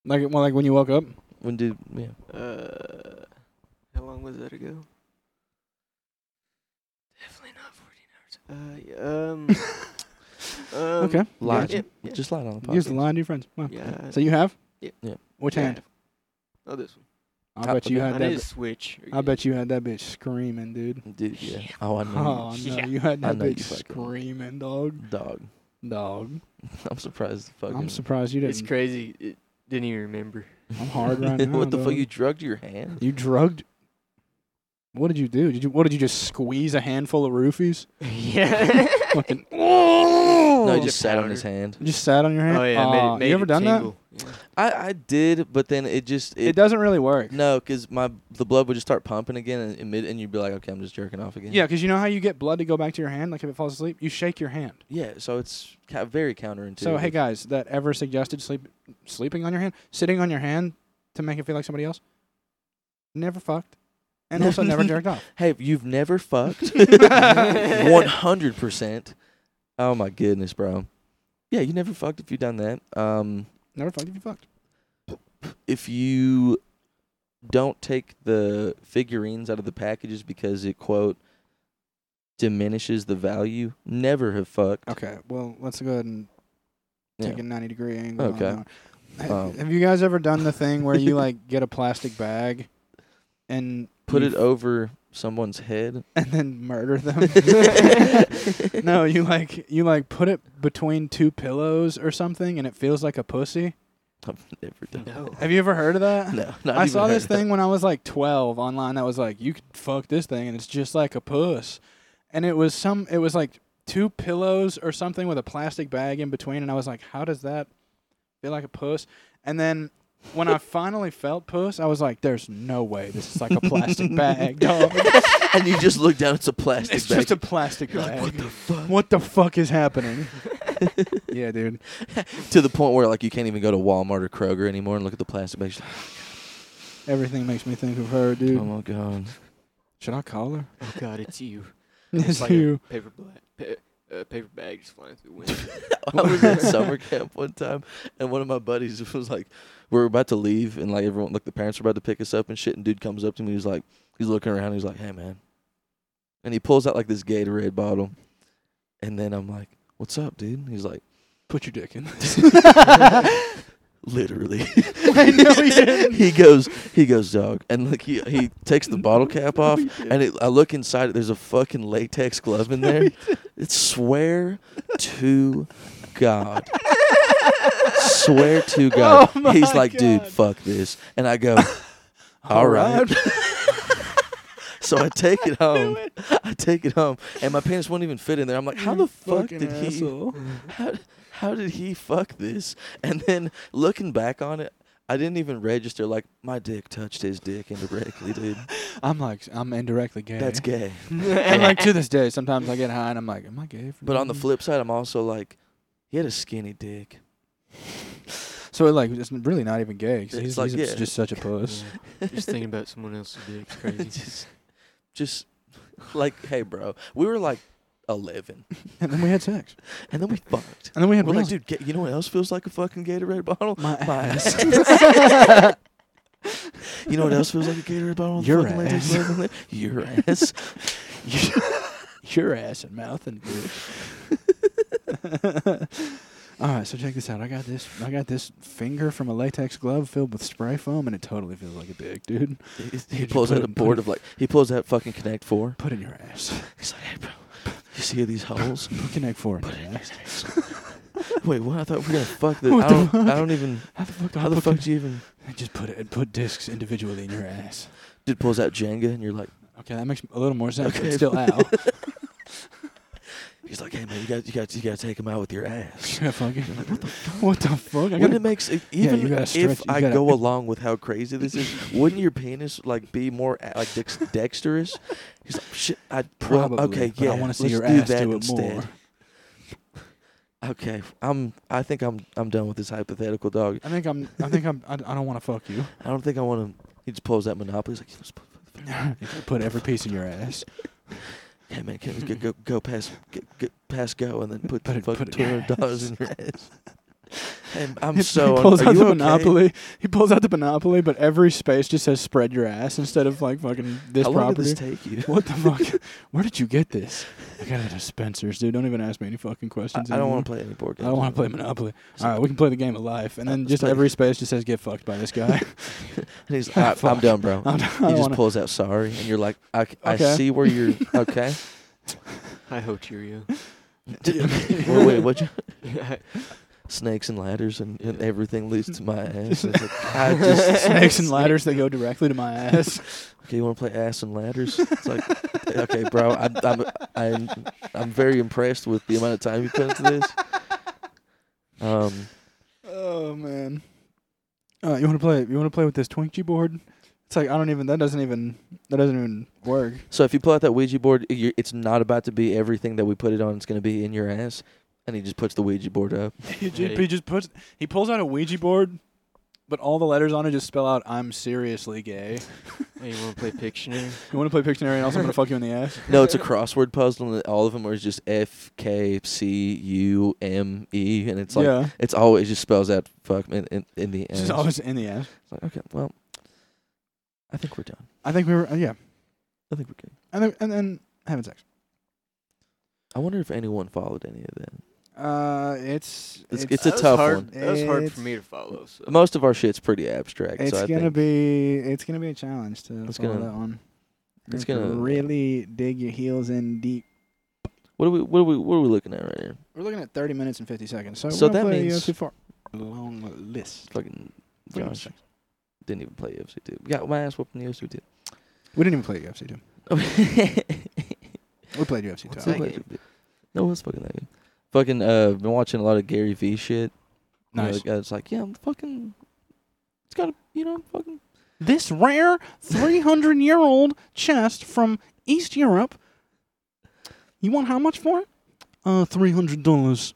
B: Like, well, like when you woke up?
A: When did? Yeah.
C: Uh, how long was that ago? Definitely not fourteen <laughs> hours. Uh, yeah, um. um
B: Okay.
A: Lie.
C: Yeah, yeah,
A: Just lied on the podcast.
B: Use the line to your friends. Wow.
C: yeah.
B: So you have?
C: Yeah.
A: Yeah.
B: Which
C: yeah.
B: hand?
C: Oh, this one.
B: I bet you
A: Okay.
B: had
C: I
B: that.
C: need to switch.
B: I bet you had that bitch screaming, dude.
A: Dude, yeah. Oh, I
B: <laughs>
A: know.
B: Oh
A: you-
B: no, you had
A: I
B: that
A: know you
B: bitch
A: fucking-
B: screaming, dog,
A: Dog. <laughs>
B: dog.
A: I'm surprised. the Fucking.
B: I'm surprised you didn't.
C: It's crazy. It didn't even remember.
B: I'm hard right
A: <laughs>
B: now.
A: what the fuck?
B: dog.
A: You drugged your hand?
B: You drugged? What did you do? Did you? What did you just squeeze a handful of roofies?
C: <laughs> <laughs> yeah.
B: Fucking Oh.
A: No,
C: no,
A: he just sat on his hand.
B: just sat on your hand.
C: Oh yeah, made it-
B: Aw,
C: made
B: you ever
C: it
B: done
C: tingle. Yeah.
A: I, I did, but then it just
B: that? It
A: it,
B: doesn't really work.
A: no, because my the blood would just start pumping again, and and mid, and you'd be like, okay, I'm just jerking off again.
B: Yeah, because you know how you get blood to go back to your hand, like if it falls asleep, you shake your hand.
A: yeah. So it's ca- very counterintuitive.
B: So hey guys, that ever suggested sleep sleeping on your hand, sitting on your hand to make it feel like somebody else, never fucked, and also never jerked off.
A: hey, if you've never fucked,
B: <laughs>
A: one hundred percent. Oh my goodness, bro. Yeah, you never fucked if you done that. Um,
B: Never fucked if you fucked.
A: if you don't take the figurines out of the packages because it quote diminishes the value, never have fucked.
B: Okay, well let's go ahead and
A: Yeah.
B: take a ninety degree angle. on
A: Okay.
B: that one. Ha-
A: Um.
B: Have you guys ever done the thing where you like get a plastic bag and
A: Put
B: you <laughs>
A: it
B: f-
A: over someone's head.
B: and then
A: <laughs>
B: murder them? <laughs> no, you like you like put it between two pillows or something, and it feels like a pussy.
A: I've <laughs> never done
C: No.
B: Have you ever heard of that?
A: that. No, not
B: I
A: even
B: saw
A: heard
B: this
A: of that.
B: thing when I was like 12 online that was like, you could fuck this thing and it's just like a puss. And it was some, it was like two pillows or something with a plastic bag in between. And I was like, how does that feel like a puss? And then
A: <laughs>
B: when I finally felt puss, I was like, there's no way this is like
A: <laughs>
B: a plastic bag, <laughs> dog.
A: and you just look down. It's a plastic
B: It's
A: bag.
B: just a plastic bag.
A: what the fuck?
B: What the fuck is happening? yeah, dude.
A: <laughs> to the point where like you can't even go to Walmart or Kroger anymore and look at the plastic bags.
B: Everything makes me think of her,
A: Oh
B: dude.
A: my god.
B: Should I call
A: <laughs>
B: her?
C: Oh god, it's you.
B: <laughs> It's
C: It's like
B: you.
C: a paper black, pa- uh, paper bag just flying through the window.
A: <laughs> I was at summer camp one time, and one of my buddies <laughs> was like, "We are about to leave, and like everyone, like the parents were about to pick us up and shit." And dude comes up to me, he's like, he's looking around, he's like, "Hey man," and he pulls out like this Gatorade bottle, and then I'm like, "What's up, dude?" And he's like,
B: Put your dick
A: <laughs>
B: in. <laughs>
A: "Literally."
B: I know he
A: <laughs>
B: didn't.
A: he goes, he goes, dog, and like he he takes the bottle cap
B: <laughs>
A: off, and it, I look inside. There's a fucking latex glove <laughs> in
B: <laughs>
A: there. It's swear to God. swear <laughs> to God.
B: <laughs> Oh my
A: He's like, dude,
B: God.
A: fuck this. And I
B: <laughs>
A: go, all right. <laughs> so <laughs> I take it home. I take it home, and my pants won't even fit in there. I'm like, how the fuck did he? How, how did he fuck this? And then looking back on it, I didn't even register. Like my dick touched his dick indirectly, dude.
B: I'm like, I'm indirectly gay.
A: That's gay. <laughs>
B: And like to this day, sometimes I get high and I'm like, am I gay? For
A: But on the
B: doing
A: flip side, I'm also like, he had a skinny dick. <laughs>
B: this?" so like, it's really not even gay. 'cause
A: It's
B: he's,
A: like,
B: he's
A: yeah.
B: just such a puss.
A: <laughs>
C: Yeah. Just thinking about someone else's dick, is crazy.
A: just, just like, hey, bro, we were like 11,
B: and then we had sex.
A: and then we fucked.
B: And then we had
A: We're like,
B: real.
A: dude, get, you know what else feels like a fucking Gatorade bottle?
B: my
A: My
B: ass.
A: <laughs>
B: <laughs>
A: ass. you know what else feels like a Gatorade bottle?
B: Your
A: Fucking latex
B: ass.
A: glove
B: <laughs>
A: and la- <laughs> Your ass.
B: your ass and mouth and <laughs> All right, so check this out. I got this. I got this finger from a latex glove filled with spray foam, and it totally feels like a dick, dude.
A: He-
B: Dude,
A: <laughs> He
B: you
A: pulls
B: put
A: out a
B: it- put
A: board
B: it-
A: of like, he pulls out fucking Connect Four.
B: Put in your ass. <laughs>
A: He's like, hey, bro, you see these holes? <laughs>
B: Put Connect Four in
A: Put
B: your ass.
A: Wait, what? I thought we were gonna fuck this.
B: What
A: I
B: the
A: don't. I
B: fuck?
A: don't even.
B: <laughs> How the fuck? do I
A: How the
B: put
A: fuck
B: Connect-
A: do you even?
B: Just put it. Put discs individually in your ass.
A: Dude pulls out Jenga, and you're like.
B: Okay, that makes a little more sense. But
A: Okay.
B: it's still ow.
A: <laughs> He's like, hey man, you got you got you got to take him out with your
B: <laughs>
A: ass.
B: <laughs> Yeah, fuck it. What the fuck? I
A: When
B: gotta,
A: it makes it,
B: Yeah,
A: even
B: you gotta stretch-
A: if
B: you
A: I
B: gotta- <laughs>
A: go along with how crazy this is, wouldn't your penis like be more a- like
B: <laughs>
A: dex- dexterous? He's like, shit, I
B: probably.
A: probably okay,
B: but
A: yeah,
B: I want to see
A: let's
B: your
A: do
B: ass
A: that
B: do it
A: instead.
B: more.
A: Okay, I'm I think I'm I'm done with this hypothetical dog.
B: I think I'm. I think I'm. I, I don't want to fuck you.
A: I don't think I want to. He just pulls that monopoly. He's like, let's put-
B: If I put every piece in your ass.
A: hey man, can go go, go past go, go, past go and then put
B: Put it-
A: fucking
B: put it
A: two
B: in your
A: hundred dollars in your
B: <laughs>
A: ass. Hey, <laughs> I'm
B: He
A: so. un-
B: pulls
A: are
B: out
A: you
B: the
A: okay?
B: monopoly. He pulls out the monopoly, but every space just says "spread your ass" instead of like fucking this
A: How long did
B: property.
A: this take you?
B: <laughs> what the
A: <laughs>
B: fuck? Where did you get this? I got it at Spencer's, dude. Don't even ask me any fucking
A: I,
B: questions.
A: I don't
B: want
A: want to play any board
B: I
A: games.
B: don't want to play Monopoly. All right, we can play the game of life, and
A: Uh,
B: then
A: let's
B: just
A: play-
B: every space just says "get fucked by
A: <laughs>
B: this guy."
A: And he's like,
B: <laughs>
A: I, I'm
B: Fuck.
A: done, bro.
B: I don't- I
A: he
B: don't
A: just
B: <laughs> wanna-
A: pulls out sorry, and you're like, I, c- I
B: Okay.
A: see where
B: <laughs>
A: you're. Okay.
C: Hi ho, Cheerio.
A: <laughs>
C: <laughs>
A: Wait, wait, what? You,
C: I
A: snakes and ladders and, and everything leads to my ass. I was like, I just
B: <laughs>
A: <laughs>
B: Snakes and ladders that go directly to my ass.
A: okay, you want to play ass and ladders? <laughs> It's like, okay, bro, I'm I'm I'm, I'm very impressed with the amount of time you put into
B: <laughs>
A: this. Um,
B: Oh man. Uh, you want to play? You want to play with this Twinkie board? It's like I don't even. That doesn't even. That doesn't even
A: <laughs>
B: work.
A: so if you pull out that Ouija board, you it's not about to be everything that we put it on. It's going to be in your ass, and he just puts the Ouija board up.
B: He, ju-
C: Hey.
B: he just puts. He pulls out a Ouija board, but all the letters on it just spell out "I'm seriously
A: <laughs>
B: gay."
C: Hey, you want to play Pictionary?
B: You want to play Pictionary? And also, I'm gonna fuck you in the ass.
A: No,
B: <laughs>
A: it's a crossword puzzle, and all of them are just F K C U M E, and it's like
B: yeah,
A: it's always just spells out fuck in, in, in the
B: it's
A: end.
B: just always in the ass.
A: It's like, okay, well, I think we're done.
B: I think we were. uh, yeah,
A: I think we're good.
B: and then, and then having sex.
A: I wonder if anyone followed any of that.
B: Uh, it's
A: It's-
B: it's
A: a
C: That was
A: tough
C: hard.
A: one.
C: That was hard for
B: It's-
C: me to follow. So. <laughs>
A: Most of our shit's pretty abstract.
B: it's
A: so I
B: gonna
A: think
B: be it's gonna be a challenge to
A: It's
B: follow
A: gonna-
B: that one.
A: it's
B: You have to
A: gonna-
B: really dig your heels in deep.
A: What are we? What are we? What are we looking at right here?
B: We're looking at 30 minutes and 50 seconds. So,
A: So
B: we're gonna
A: that
B: play uh,
A: means-
B: UFC for a long list.
A: Fucking
B: Wait a
A: Josh
B: second.
A: didn't even play UFC two. Got my ass whooped in the UFC two.
B: We didn't even play UFC 2.
A: <laughs>
B: We played UFC 2.
C: What's
B: I
C: that
B: like
C: game?
A: Fucking- No, what's fucking that game? Fucking uh, been watching a lot of Gary V shit.
B: it.
A: You know,
B: Nice.
A: the guy's like, yeah, I'm fucking. It's got to, you know, fucking.
B: This rare 300 year old chest from East Europe. You want how much for it? Uh, $300.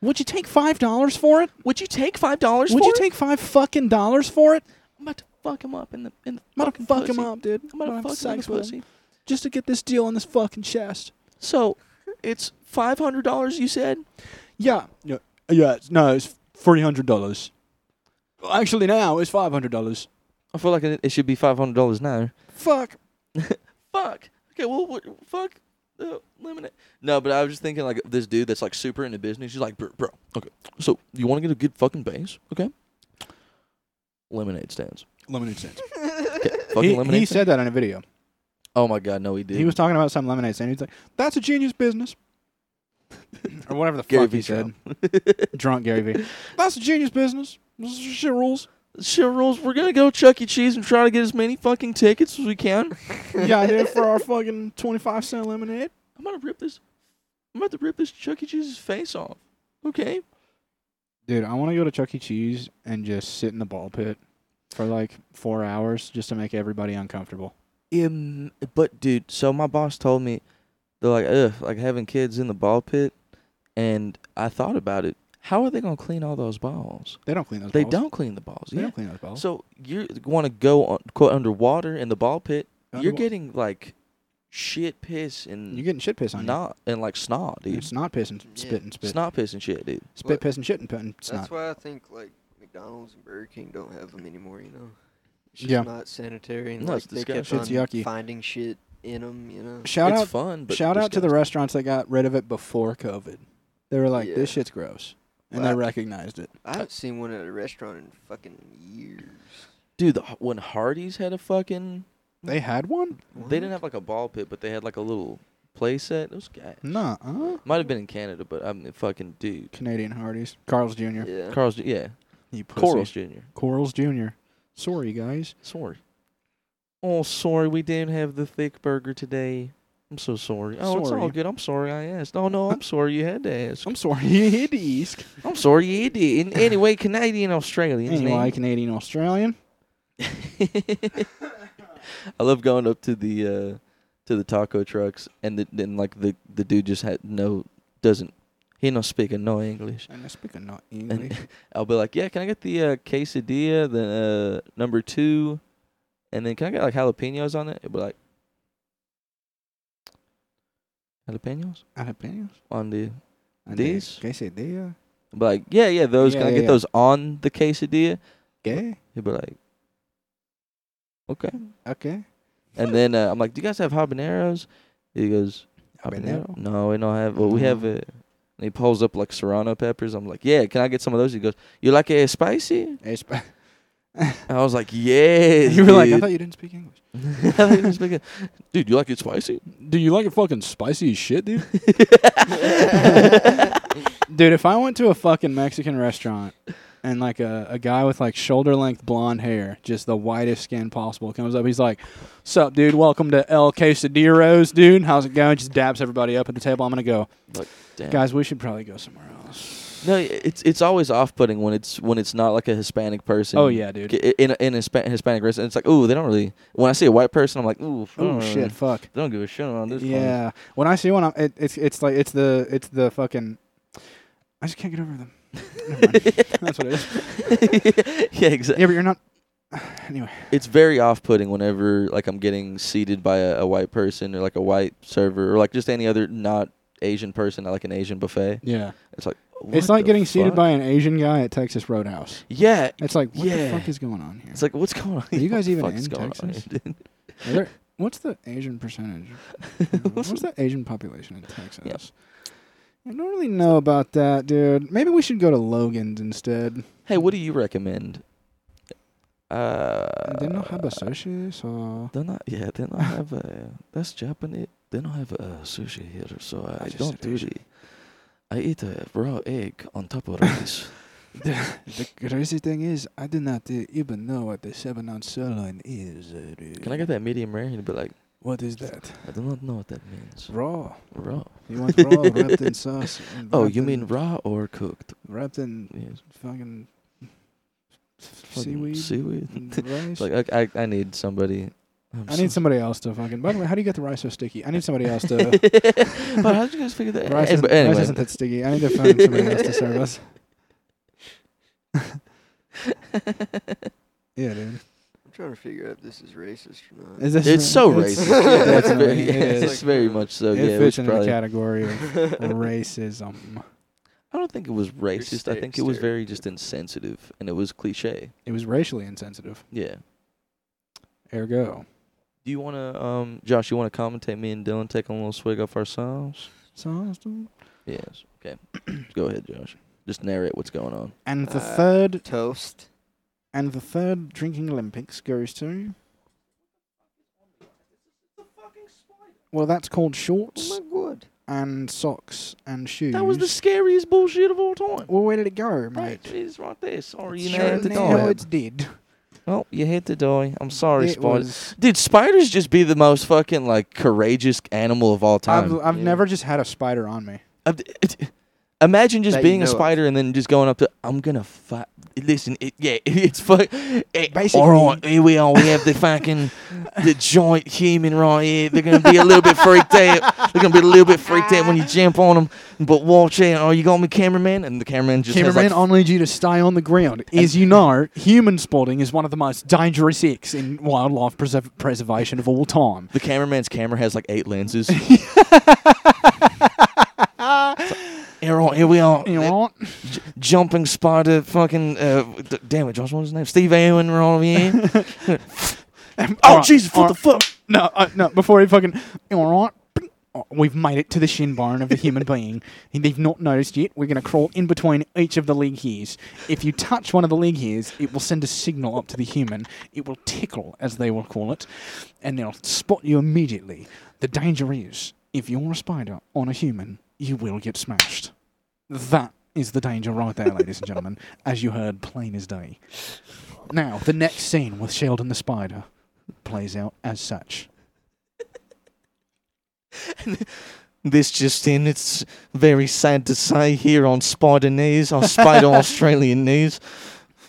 B: Would you take five dollars for it?
A: Would you take five dollars?
B: Would you take five fucking dollars for it?
A: I'm about to fuck him up in the in the
B: I'm gonna
A: fucking
B: fuck him
A: pussy.
B: up, dude.
A: I'm gonna
B: I'm
A: fuck him in the
B: psyched with
A: pussy.
B: Just to get this deal on this fucking chest.
A: So, it's five hundred dollars. You said.
B: Yeah. Yeah. Yeah. No, it's three hundred dollars. Actually, now it's five hundred dollars.
A: I feel like it, it should be five hundred dollars now.
B: Fuck.
A: Fuck. Okay. Well, what, fuck. Uh, lemonade. No, but I was just thinking like this dude that's like super into business. He's like, bro, bro okay. So you want to get a good fucking base, okay? Lemonade stands.
B: Lemonade stands.
A: Okay, fucking
B: <laughs> He,
A: lemonade.
B: he
A: stand-
B: said that in a video.
A: oh my god, no, he did.
B: He was talking about some lemonade stand. He's like, "That's a genius <laughs> business," or whatever the
A: <laughs> Gary
B: fuck he
A: Vee
B: said. Drunk Gary <laughs> Vee. That's a genius business. This is Shit rules.
A: <laughs> Shit rules. We're gonna go Chuck E. Cheese and try to get as many fucking tickets as we can.
B: Yeah, I did it for
C: <laughs>
B: our fucking twenty-five cent lemonade.
A: I'm gonna rip this. I'm about to rip this Chuck E. Cheese's face off. Okay.
B: Dude, I want to go to Chuck E. Cheese and just sit in the ball pit for like four hours just to make everybody uncomfortable.
A: Um, but dude, so my boss told me they're like, ugh, like having kids in the ball pit, and I thought about it. How are they gonna clean all those balls?
B: They don't clean those.
A: They
B: balls.
A: don't clean the balls.
B: They
A: Yeah.
B: don't clean those balls.
A: So you want to go on quote underwater in the ball pit? You're
B: Underwa-
A: getting like shit piss and
B: You're getting shit piss on
A: not and like snot,
B: you.
A: dude.
B: It's not piss and
C: Yeah.
B: spit and spit.
A: Snot piss and shit, dude.
B: Spit, piss, and shit and put and
C: That's
B: snot.
C: why I think like McDonald's and Burger King don't have them anymore. You know, it's just
B: Yeah.
C: not sanitary. And,
A: No,
C: like,
A: it's
C: they kept
A: disgusting.
C: on
B: Shit's yucky.
C: finding shit in them. You know,
B: Shout
A: it's
B: out,
A: fun. But
B: shout out to the
A: disgusting.
B: restaurants that got rid of it before COVID. They were like,
C: Yeah.
B: "This shit's gross," and
C: Well,
B: they
C: I-
B: recognized it.
C: I haven't seen one at a restaurant in fucking years.
A: dude. The, when Hardee's had a fucking,
B: They had one?
A: they didn't have like a ball pit, but they had like a little play set. Those guys.
B: Nah, uh
A: Might have been in Canada, but I'm mean, fucking dude.
B: Canadian Hardee's, Carl's Jr.
C: Yeah. <laughs>
A: Carl's, Ju- yeah,
B: You pussy.
A: Corals Jr.
B: Corals Jr. Sorry,
A: <laughs>
B: guys.
A: Sorry. Oh, sorry, we didn't have the thick burger today. I'm so sorry. Oh, it's all
B: Sorry.
A: good. I'm sorry I asked. Oh no, I'm sorry you had to ask.
B: I'm sorry, you hit the East.
A: I'm sorry you did. Anyway, Canadian Australian.
B: Anyway, Canadian Australian.
A: <laughs> I love going up to the uh, to the taco trucks and the, then like the the dude just had no doesn't he not speaking no English.
B: And I speak a not English.
A: And <laughs> I'll be like, yeah, can I get the uh, quesadilla, the uh, number two, and then can I get like jalapenos on it? It'll be like jalapenos
B: Jalapenos.
A: on the.
B: And
A: These?
B: They, say they are
A: I'll be like, yeah, yeah, those.
B: Yeah,
A: can I
B: yeah,
A: get
B: yeah.
A: those on the quesadilla?
B: gay.
A: He'll be like, okay.
B: Okay.
A: And then uh, I'm like, do you guys have habaneros? He goes, habanero?
B: Habanero? Mm.
A: No, we don't have. Well, we have it. And he pulls up like serrano peppers. I'm like, yeah, can I get some of those? He goes, you like it spicy?
B: It's-
A: I was
B: <laughs>
A: like, yeah.
B: you were like, I
A: dude."
B: thought you didn't speak English.
A: <laughs> I thought he was making- Dude, you like it spicy? <laughs>
B: Do you like it fucking spicy as shit, dude? Dude, if I went to a fucking Mexican restaurant and like a, a guy with like shoulder length blonde hair, just the whitest skin possible, comes up, he's like, Sup, dude, welcome to El Quesadillos, dude. How's it going? Just daps everybody up at the table. I'm gonna go.
A: Like, damn.
B: Guys, we should probably go somewhere else.
A: No, it's it's always off-putting when it's when it's not like a Hispanic person.
B: Oh, yeah, dude.
A: G- In a, in a Hispa- Hispanic person, it's like, ooh, they don't really. When I see a white person, I'm like, ooh, f-
B: Oh
A: uh,
B: shit, fuck.
A: They don't give a shit on this. <laughs>
B: Yeah. When I see one, I'm, it, it's it's like it's the it's the fucking. I just can't get over them. Never mind.
A: <laughs>
B: That's what it is.
A: place. yeah, exactly.
B: Yeah, but you're not. Anyway,
A: It's very off-putting whenever like I'm getting seated by a, a white person or like a white server or like just any other not Asian person at like an Asian buffet.
B: yeah,
A: It's like
B: it's
A: what
B: like
A: the
B: getting seated
A: fuck?
B: by an Asian guy at Texas Roadhouse.
A: Yeah,
B: It's like, what
A: Yeah.
B: the fuck is going on here?
A: it's like what's going on?
B: Are you guys
A: <laughs> What the
B: even
A: fuck is
B: in
A: going on
B: Texas?
A: here, dude?
B: Are there- what's the Asian
A: <laughs>
B: percentage? what's the Asian population in Texas? I don't really know about that, dude. Maybe we should go to Logan's instead.
A: Hey, what do you recommend? Uh,
B: they don't have a sushi, so
A: They not, yeah, they don't have a. That's Japanese. They don't have a sushi here, so I,
B: just
A: don't
B: said
A: do
B: Asian.
A: the. I eat a raw egg on top of
B: <laughs>
A: rice.
B: the crazy thing is, I do not uh, even know what the seven ounce sirloin is. uh, dude.
A: Can I get that medium rare? And be like,
B: What is that?
A: I do not know what that means.
B: Raw.
A: Raw.
B: You want raw wrapped in sauce? and
A: <laughs> Oh,
B: wrapped
A: you
B: in-
A: mean raw or cooked?
B: wrapped in
A: Yes.
B: fucking
A: Fucking
B: seaweed?
A: Seaweed.
B: and
A: <laughs>
B: rice?
A: like I, I, I need somebody. I'm
B: I need
A: so-
B: somebody else to fucking. By the way, how do you get the rice so sticky? I need somebody else to.
A: <laughs> but how did you guys figure that?
B: rice,
A: Hey,
B: isn't,
A: but
B: rice
A: anyway,
B: isn't that sticky. I need to find somebody else to
A: <laughs>
B: serve us.
A: <laughs>
B: yeah, dude.
C: I'm trying to figure out if this is racist or not.
B: Is this
A: it's so
B: it's-
A: racist.
B: <laughs>
A: Yeah, it's
B: definitely,
A: very,
B: it is.
A: it's very much so.
B: It
A: yeah, we
B: fits
A: should
B: into the
A: probably- <laughs>
B: category of
C: <laughs>
B: racism.
A: I don't think it was racist. I think it was
C: stereotype.
A: very just insensitive and it was cliche.
B: It was racially insensitive.
A: Yeah.
B: Ergo,
A: Do you want to, um, Josh? You want to commentate me and Dylan taking a little swig off ourselves?
B: sauce. dude.
A: Yes. Okay. Go ahead, Josh. Just narrate what's going on.
B: And the
C: Uh,
B: third,
C: Toast.
B: and the third drinking Olympics goes to. Well, that's called shorts.
C: Oh my god.
B: and socks and shoes.
A: That was the scariest bullshit of all time.
B: Well, where did it go,
A: Right.
B: mate?
A: It's right there. Sorry, you
B: Sure
A: had to
B: now
A: die.
B: it's dead.
A: Oh, you had to die. I'm sorry,
B: It
A: spiders.
B: was-
A: Dude, spiders just be the most fucking like courageous animal of all
B: I've,
A: time.
B: I've
C: Yeah.
B: never just had a spider on me.
A: I've- it- Imagine just
C: That you
A: being a
C: know of.
A: spider and then just going up to I'm gonna fuck. Listen, it, yeah, <laughs> it's fuck. It,
B: Basically-
A: all right, here we are. We have the fucking the giant human right here. They're gonna be a little bit freaked out. They're gonna be a little bit freaked out when you jump on them. But watch out. Oh, you got me, cameraman. And the cameraman just has,
B: Cameraman,
A: like,
B: I need you to stay on the ground. As you know, human spotting is one of the most dangerous acts in wildlife preserv- preservation of all time.
A: the cameraman's camera has like eight
B: <laughs>
A: lenses. All right, here we are.
B: You know what?
A: J- jumping spider, fucking uh, d- damn it, Josh, what's his name? Steve Irwin, we're all here. oh
B: Alright,
A: Jesus, what the fuck?
B: No, uh, no. Before he fucking, you alright? We've made it to the shin bone of a human being. <laughs> And They've not noticed yet. We're going to crawl in between each of the leg hairs. If you touch one of the leg hairs, it will send a signal up to the human. It will tickle, as they will call it, and they'll spot you immediately. The danger is, if you're a spider on a human, you will get smashed. That is the danger right there, ladies and gentlemen, as you heard plain as day. Now, the next scene with Sheldon the spider plays out as such.
A: This just in, it's very sad to say here on Spider News, on
B: <laughs>
A: Spider Australian News,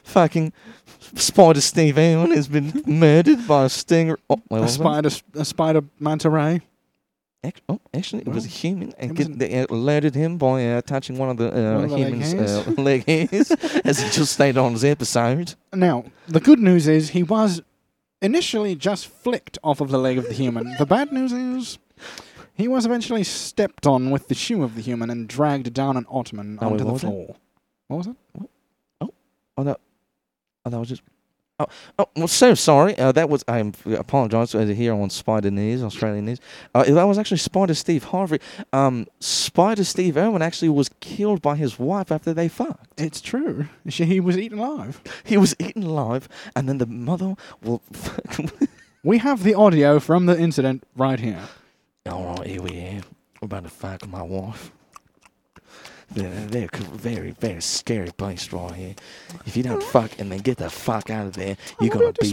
A: fucking Spider Steve Irwin has been murdered by a stinger. Oh, wait, what
B: a
A: was that?
B: spider, a spider manta ray.
A: Act- oh, actually, it was a
B: Well,
A: human,
B: it
A: and
B: was
A: get, they uh, alerted him by uh, touching one of the uh,
B: One of the leg
A: human's
B: hairs.
A: uh, <laughs> leg
B: <laughs>
A: hairs as he just stayed on his episode.
B: Now, the good news is he was initially just flicked off of the leg of the human. the bad news is he was eventually stepped on with the shoe of the human and dragged down an ottoman
A: Oh, wait,
B: onto
A: what
B: the
A: was it?
B: floor. What was it?
A: Oh, that was just. Oh, oh well, so sorry. Uh, that was. I am- apologize uh, here on Spider News, Australian News. Uh, that was actually Spider Steve Harvey. Um, Spider Steve Irwin actually was killed by his wife after they fucked.
B: It's true. She, he was eaten alive.
A: He was eaten alive, and then the mother will. <laughs>
B: We have the audio from the incident right here.
A: All right, here we are. I'm about to fuck my wife. They're, they're c- very, very scary place right here. If you don't fuck and then get the fuck out of there, you're gonna be.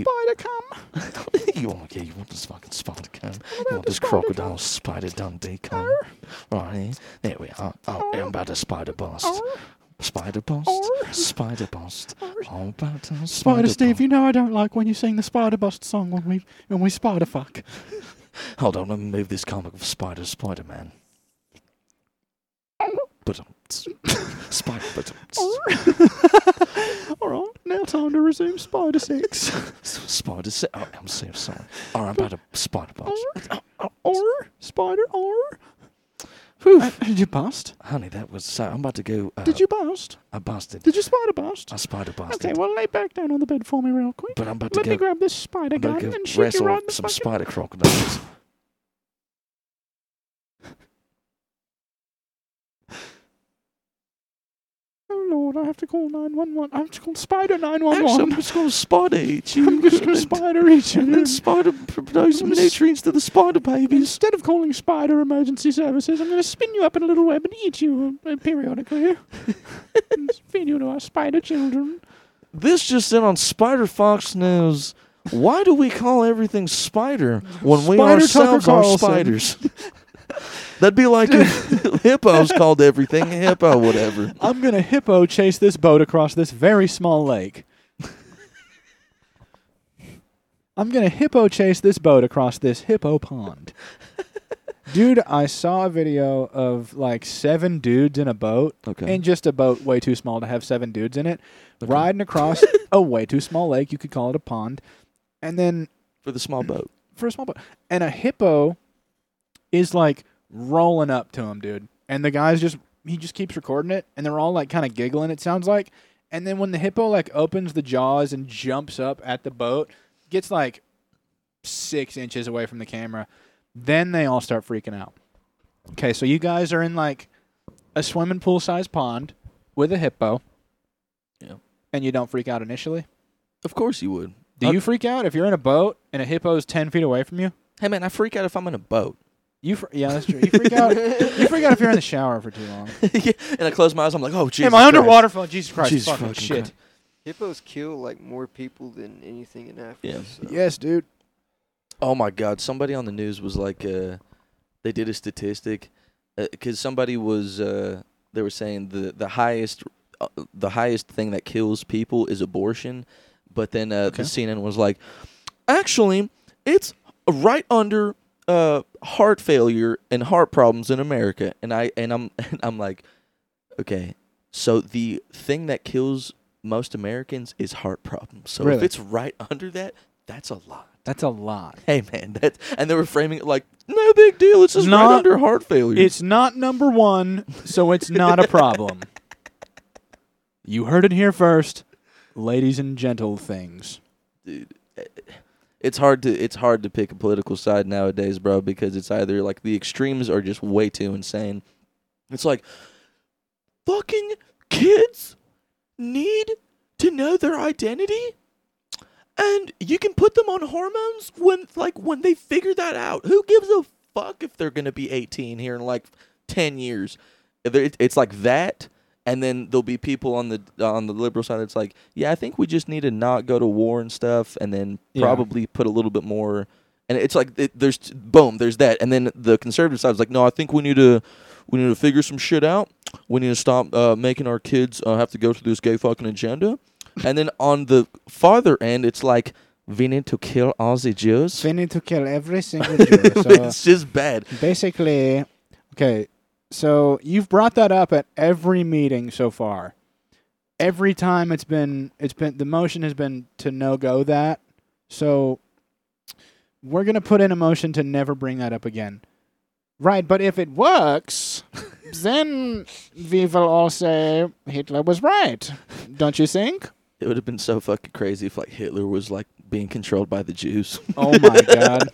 A: <laughs> you want, yeah, you want this fucking spider come? You want this crocodile spider Dundee come? Right here. There we are. Oh, I'm about a spider bust. Spider bust. Spider bust. All about a
B: Spider Steve,
A: bust.
B: you know I don't like when you sing the Spider Bust song when we when we spider fuck.
A: Hold on, let me move this comic of Spider Spider Man. But Spider but
B: All right, now time to resume Spider Six.
A: Spider si- oh, I'm so sorry. All right, about a spider bust.
B: or spider or. did you bust?
A: Honey, that was so. I'm about to go. Uh,
B: Did you bust?
A: I busted.
B: Did you spider bust?
A: I spider busted.
B: Okay, well lay back down on the bed for me real quick.
A: but I'm about to
B: Let
A: go.
B: me grab this spider
A: I'm about
B: gun
A: to go
B: and shoot you
A: wrestle
B: right in the
A: some
B: fucking. <laughs>
A: spider crocodiles.
B: oh lord, I have to call nine one one. I have to call spider nine one
A: Actually,
B: one.
A: I'm just going to spider eat you.
B: <laughs> I'm just gonna
A: and-
B: <laughs> spider each
A: <laughs> And
B: and
A: then spider produce some
B: I'm s-
A: nutrients to the spider babies.
B: Instead of calling spider emergency services, I'm going to spin you up in a little web and eat you uh, periodically. <laughs> and feed you to our spider children.
A: This just in on Spider Fox News. Why do we call everything spider when we
B: Spider
A: ourselves
B: Tucker
A: are
B: Carlson.
A: spiders? <laughs> That'd be like
B: <laughs>
A: if <laughs> hippos called everything hippo, whatever.
B: I'm going to hippo chase this boat across this very small lake. I'm going to hippo chase this boat across this hippo pond. Dude, I saw a video of like seven dudes in a boat
A: Okay.
B: and just a boat way too small to have seven dudes in it
A: Okay. <laughs>
B: riding across a way too small lake. You could call it a pond. And then
A: For the small boat.
B: for a small boat, and a hippo is like rolling up to him, dude. And the guy's just he just keeps recording it, and they're all like kind of giggling. It sounds like. And then when the hippo like opens the jaws and jumps up at the boat, gets like six inches away from the camera, then they all start freaking out. Okay, so you guys are in like a swimming pool sized pond with a hippo.
A: Yeah.
B: And you don't freak out initially.
A: Of course you would.
B: Do
A: Uh,
B: you freak out if you're in a boat and a hippo is ten feet away from you?
A: Hey man, I freak out if I'm in a
B: <laughs>
A: boat. <laughs>
B: You fr- yeah, that's true. You freak out. you freak out if you're in the shower for too long.
A: yeah. And I close my eyes. I'm like, oh, <laughs> Jesus.
B: Am I
A: Christ.
B: underwater? For Jesus Christ!
A: Jesus
B: fucking,
A: fucking
B: shit.
A: Christ.
C: Hippos kill like more people than anything in Africa.
A: Yeah.
C: so-
B: Yes, dude.
A: Oh my God! Somebody on the news was like, uh, they did a statistic because somebody was uh, they were saying the the highest uh, the highest thing that kills people is abortion, but then uh,
B: Okay.
A: the CNN was like, actually, it's right under uh, heart failure and heart problems in America, and I and I'm <laughs> and I'm like, okay, so the thing that kills most Americans is heart problems. So if
B: Really?
A: it's right under that, that's a lot.
B: That's a lot.
A: Hey man, <laughs> that and they were framing it like no big deal. It's just
B: Not-
A: right under heart failure.
B: It's not number one, so it's not a problem. you heard it here first, ladies and gentle things.
A: it's hard to it's hard to pick a political side nowadays, bro, because it's either like the extremes are just way too insane. It's like fucking kids need to know their identity and you can put them on hormones when like when they figure that out. Who gives a fuck if they're going to be 18 here in like 10 years? It- It's like that and then there'll be people on the on the liberal side that's like, yeah, I think we just need to not go to war and stuff, and then
B: Yeah.
A: probably put a little bit more. And it's like it, there's boom, there's that, and then the conservative side's like, no, I think we need to we need to figure some shit out. We need to stop uh, making our kids uh, have to go through this gay fucking agenda. and then on the farther end, it's like we need to kill all the Jews. <laughs>
B: They need to kill every single Jew.
A: it's just bad.
B: basically, okay, so you've brought that up at every meeting so far. Every time it's been it's been the motion has been to no go that. So we're going to put in a motion to never bring that up again. Right, but if it <laughs> works, then we will all say Hitler was right. Don't you think?
A: It would have been so fucking crazy if like Hitler was like being controlled by the Jews. <laughs>
B: Oh my god.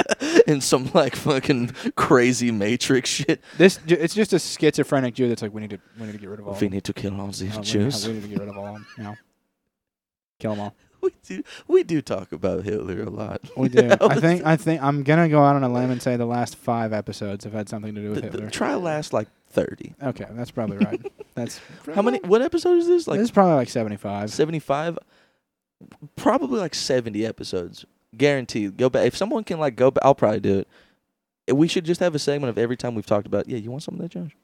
A: in some like fucking crazy matrix shit.
B: <laughs> This ju- it's just a schizophrenic Jew that's like we need to we need to get rid of all of
A: We need to kill all these
B: Oh, we-
A: Jews.
B: We need to get rid of all of them now. Kill them all.
A: <laughs> we do we do talk about Hitler a lot. <laughs>
B: We do. I think. I think. I'm gonna go out on a limb and say the last five episodes have had something to do with
A: The- the-
B: Hitler.
A: try last like thirty.
B: Okay, that's probably
A: <laughs>
B: right. That's
A: How many? What episode is this? Like
B: this is probably like 75.
A: seventy-five. Probably like seventy episodes, guaranteed. Go back if someone can like go. back, I'll probably do it. And We should just have a segment of every time we've talked about. Yeah, you want something of that, Josh?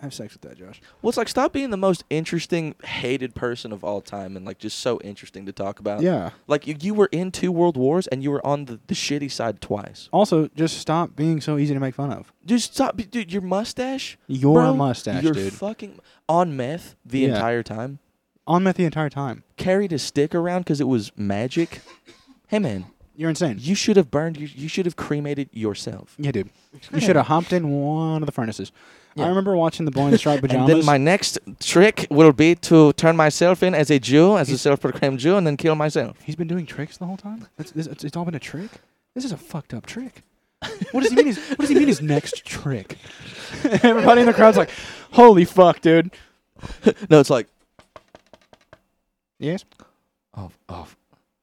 B: Have sex with that, Josh.
A: Well, it's like stop being the most interesting, hated person of all time, and like just so interesting to talk about.
B: Yeah.
A: Like you, you were in two world wars, and you were on the, the shitty side twice.
B: Also, just stop being so easy to make fun of.
A: Just stop, dude. Your mustache.
B: Your
A: Bro,
B: mustache,
A: You're
B: dude.
A: fucking on meth the
B: Yeah.
A: entire time.
B: on meth the entire time.
A: Carried a stick around because it was magic. hey man,
B: You're insane.
A: you should have burned. You, you should have cremated yourself.
B: Yeah, dude. You should have hopped in one of the furnaces.
A: Yeah.
B: I remember watching the boy in the
A: <laughs>
B: striped
A: And
B: pajamas.
A: then my next trick will be to turn myself in as a Jew, as a self-proclaimed Jew, and then kill myself.
B: He's been doing tricks the whole time. It's, it's, it's- it's all been a trick. This is a fucked up <laughs> trick. What does he mean? His, what does he mean? His next trick. <laughs> Everybody in the crowd's like, "Holy fuck, dude!"
A: No, it's like
B: Yes.
A: oh oh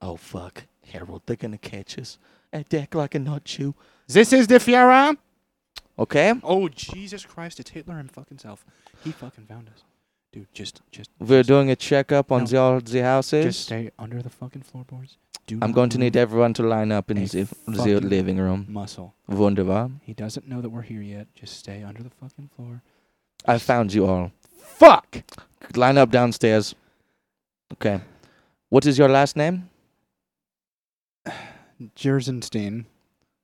A: oh fuck, Harold, they're gonna catch us. Act act like a not Jew.
B: This is the Führer.
A: Okay,
B: Oh Jesus Christ! It's Hitler and fucking self. He fucking found us, dude. Just, just,
A: we're doing a checkup on
B: No.
A: the, all the houses.
B: just stay under the fucking floorboards. Do
A: I'm
B: not
A: going to
B: move
A: need everyone to line up in
B: a
A: the, the
B: fucking-
A: living room.
B: muscle.
A: Wunderbar.
B: He doesn't know that we're here yet. Just stay under the fucking floor.
A: I found you all.
B: Fuck.
A: Line up downstairs. Okay. What is your last name?
B: Jerzenstein.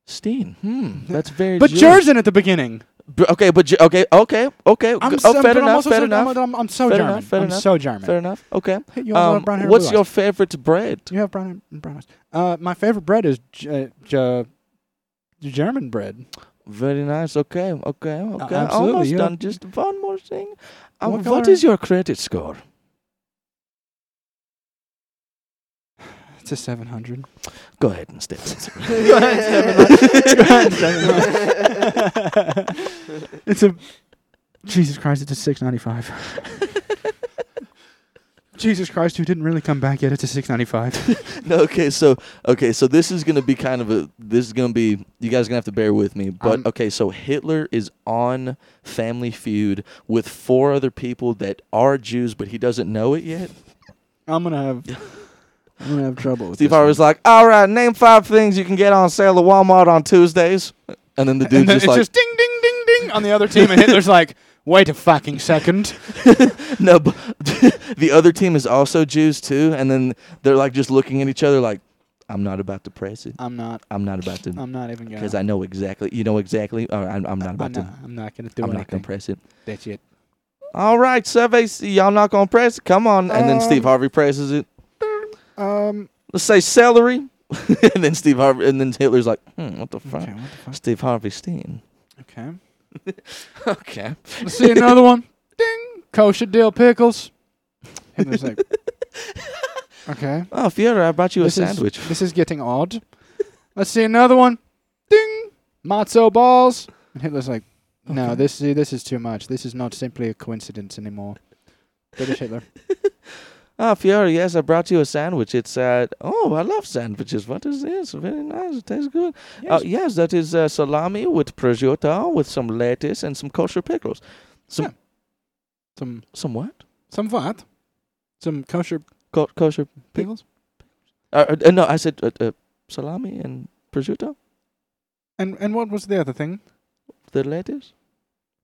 A: Steen. Hmm. That's very.
B: But
A: Jewish.
B: Jerzen at the beginning.
A: B- Okay, but Jer- okay, okay, okay. G-
B: I'm
A: oh,
B: so,
A: fair
B: but I'm
A: enough.
B: also
A: Fair
B: so,
A: enough.
B: I'm, I'm, I'm so
A: Fair
B: German.
A: enough, fair
B: I'm
A: enough,
B: so German.
A: fair enough. Okay.
B: Hey, you also
A: Um,
B: have brown hair.
A: what's
B: blue
A: your
B: eyes.
A: favorite bread?
B: You have brown hair and brown eyes. Uh, my favorite bread is J- uh, J- German bread.
A: Very nice. Okay, okay, okay.
B: Uh, absolutely,
A: Almost
B: yeah.
A: done. Just one more thing. Um,
B: What
A: what
B: color-
A: is your credit score?
B: It's
A: <laughs>
B: a <laughs> 700.
A: Go ahead and step.
B: <laughs>
A: inside.
B: it's a Jesus Christ. It's a 695. <laughs> Jesus Christ, who didn't really come back yet? It's a 695.
A: No, okay, so okay, so this is gonna be kind of a this is gonna be you guys are gonna have to bear with me. But
B: Um,
A: okay, so Hitler is on Family Feud with four other people that are Jews, but he doesn't know it yet.
B: <laughs> I'm gonna have. I'm gonna have trouble with
A: Steve
B: this one.
A: Harvey's like, all right, name five things you can get on sale at Walmart on Tuesdays. And then the dude
B: and then
A: just
B: it's
A: like
B: just ding, ding, ding, ding on the other team, and
A: <laughs>
B: Hitler's like, "Wait a fucking second.
A: No, but <laughs> the other team is also Jews too, and then they're like just looking at each other like, "I'm not about to press it.
B: I'm not.
A: I'm not about to
B: I'm not even gonna.
A: because I know exactly. You know exactly. Or I'm, I'm not
B: I'm
A: about
B: not,
A: to.
B: I'm not gonna do
A: I'm not
B: anything.
A: gonna press it.
B: That's it.
A: All right, survey. s- Y'all not gonna press it. Come on. And then
B: Um,
A: Steve Harvey presses it.
B: Um.
A: Let's say celery. <laughs> and then Steve Harvey. And then Hitler's like, hmm, what the fuck?
B: Okay. What the fuck?
A: Steve Harvey Steen. <laughs>
B: Okay.
A: Okay.
B: Let's see another one. Ding. Kosher dill pickles.
A: <laughs>
B: Hitler's like, "Okay.
A: Oh, Fiora, I brought you
B: this
A: a
B: is-
A: sandwich.
B: this is getting odd. Let's see another one. Ding. Matzo balls." And Hitler's like, "No,
A: Okay.
B: this is this is too much. This is not simply a coincidence anymore." British Hitler.
A: <laughs> Ah, Fiore, yes, I brought you a sandwich. It's uh oh, I love sandwiches. What is this? Very nice. It tastes good. Yes, uh, yes that is uh, salami with prosciutto, with some lettuce and some kosher pickles. Some
B: Yeah. Some
A: some what?
B: Some what? Some kosher
A: Co- kosher?
B: pickles
A: Uh, uh, no, I said uh, uh, salami and prosciutto.
B: and and what was the other thing?
A: The lettuce.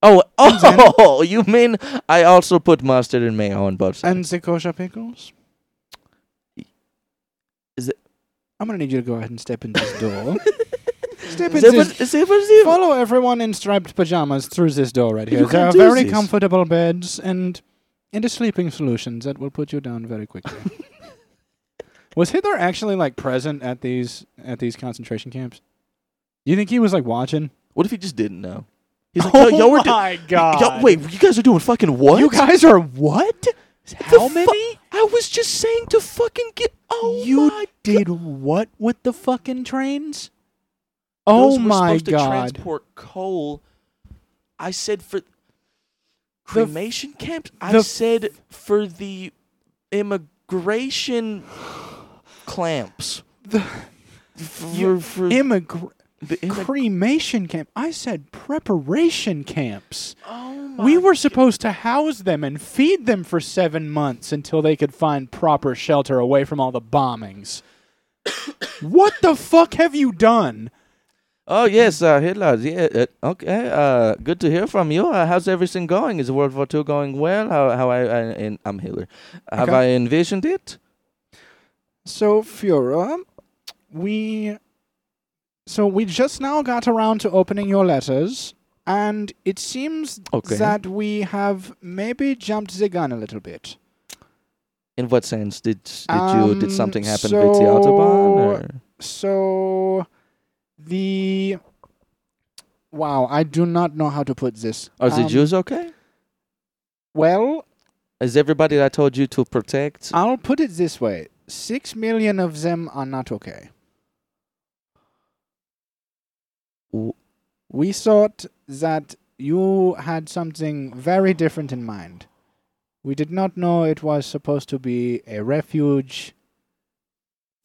A: Oh, <laughs> oh! You mean I also put mustard and mayo on both sides?
B: And the kosher pickles.
A: Is it-
B: I'm gonna need you to go ahead and step in this
A: <laughs>
B: door. Step in
A: Zipper,
B: this.
A: zipper, zipper.
B: <laughs> Follow everyone in striped pajamas through this door right
A: You
B: here. There
A: can't
B: are
A: do
B: very
A: this.
B: comfortable beds and and a sleeping solutions that will put you down very
A: <laughs>
B: quickly. was Hitler actually like present at these at these concentration camps? You think he was like watching? Oh
A: What if he just didn't know? He's like, yo, yo,
B: <laughs>
A: we're do-
D: my
A: y-
D: god.
A: yo, wait, you guys are doing fucking what?
B: You guys are what?
A: The
B: How
A: fu-
B: many?
A: I was just saying to fucking get. Oh
B: you
A: my!
B: did what with the fucking trains?
A: Those
B: Oh
A: were
B: my
A: supposed To
B: god.
A: transport coal. I said for cremation camps. I
B: the f- <sighs>
A: said for the immigration clamps.
B: You-
A: for, for
B: Immigra-
A: the immi-
B: cremation camp. I said preparation camps.
A: Oh
B: we were supposed to house them and feed them for seven months until they could find proper shelter away from all the <coughs> bombings. what the fuck have you done?
A: Oh yes, uh, Hitler. Yeah, uh, okay. Uh, good to hear from you. Uh, how's everything going? Is World War Two going well? How how I, I and I'm Hitler. Have
B: Okay.
A: I envisioned it?
B: So, Fiora, we. So, we just now got around to opening your letters, and it seems
A: Okay.
B: that we have maybe jumped the gun a little bit.
A: In what sense did did you
B: Um,
A: did something happen
B: so-
A: with the autobahn? Or?
B: So, the. Wow, I do not know how to put this.
A: Are the
B: Um,
A: Jews okay?
B: Well,
A: Is everybody that I told you to protect?
B: I'll put it this way six million of them are not okay.
A: W-
B: We thought that you had something very different in mind. We did not know it was supposed to be a refuge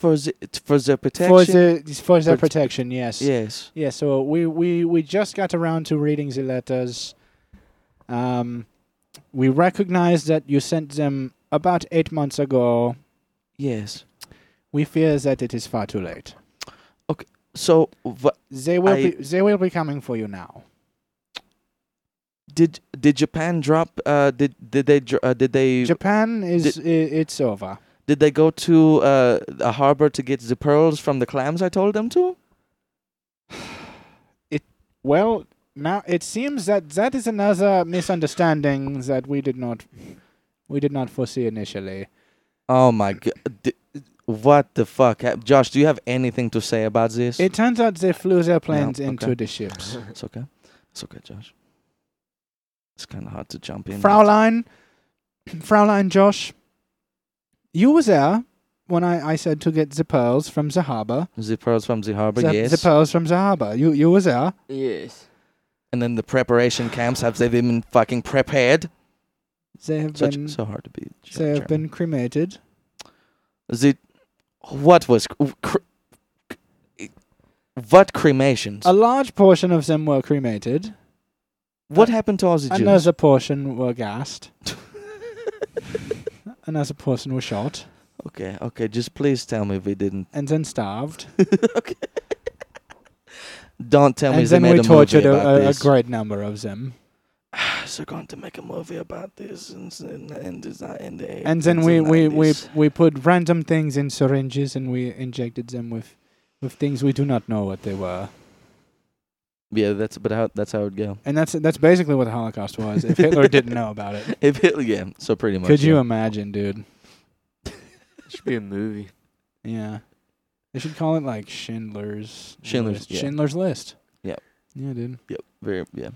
A: for the for the protection.
B: for the for their
A: Prot-
B: protection. Yes.
A: yes.
B: Yeah, so we, we, we just got around to reading the letters. Um, we recognize that you sent them about eight months ago.
A: Yes.
B: We fear that it is far too late.
A: So wha-
B: They will
A: I-
B: be they will be coming for you now.
A: did did Japan drop? Uh, did did they dr- uh, did they
B: Japan is i it's over.
A: Did they go to uh, a harbor to get the pearls from the clams I told them to?
B: Well, now it seems that that is another misunderstanding that we did not we did not foresee initially.
A: Oh my god. D- what the fuck? Ha- Josh, do you have anything to say about this?
B: It turns out they flew their planes
A: okay.
B: into the ships.
A: it's okay. It's okay, Josh. It's kind of hard to jump in.
B: Fraulein, <clears throat> Fraulein Josh, you were there when I, I said to get the pearls from the harbor.
A: The pearls from the harbor,
B: the,
A: yes.
B: the pearls from the harbor. You you were there.
C: Yes.
A: and then the preparation camps, have they been fucking prepared?
B: They have
A: Such,
B: been
A: so hard to be. Ger-
B: they have
A: German.
B: been cremated.
A: The, what was. Cr- cr- what cremations?
B: A large portion of them were cremated.
A: what happened to all the Jews?
B: Another portion were gassed. Another portion were shot
A: <laughs> Okay, okay, just please tell me we didn't
B: and then starved.
A: <laughs> Don't tell me
B: and
A: they
B: then
A: made
B: we
A: a movie
B: tortured a,
A: about
B: a, a
A: this.
B: great number of them.
A: They're going to make a movie about this, and s- and and it's not uh, in the
B: And then
A: 80s
B: we, we, we,
A: 90s.
B: we put random things in syringes and we injected them with, with things we do not know what they were.
A: yeah, that's but how that's how it would go. <laughs>
B: And that's that's basically what the Holocaust was. If Hitler didn't know about
A: <laughs>
B: it,
A: If it, yeah, so pretty much.
B: could you
A: yeah.
B: imagine, dude?
C: It should be a movie.
B: Yeah, they should call it like Schindler's
A: Schindler's-
B: List.
A: yeah.
B: Schindler's List.
A: Yep.
B: Yeah, dude.
A: Yep, very yeah.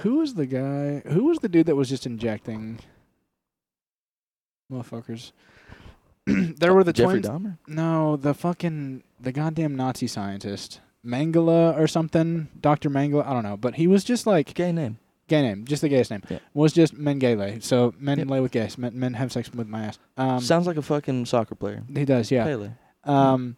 B: Who was the guy? Who was the dude that was just injecting motherfuckers? <clears throat> there were the
A: Jeffrey
B: twins.
A: Dahmer.
B: No, the fucking the goddamn Nazi scientist, Mangala or something, Doctor Mangala. I don't know, but he was just like
A: Gay name.
B: gay name, just the gayest name.
A: Yeah.
B: Was just men gayle. So men
A: Yep.
B: lay with gays. Men, men have sex with my ass. Um,
A: Sounds like a fucking soccer player.
B: he does, yeah.
A: Pele.
B: Um,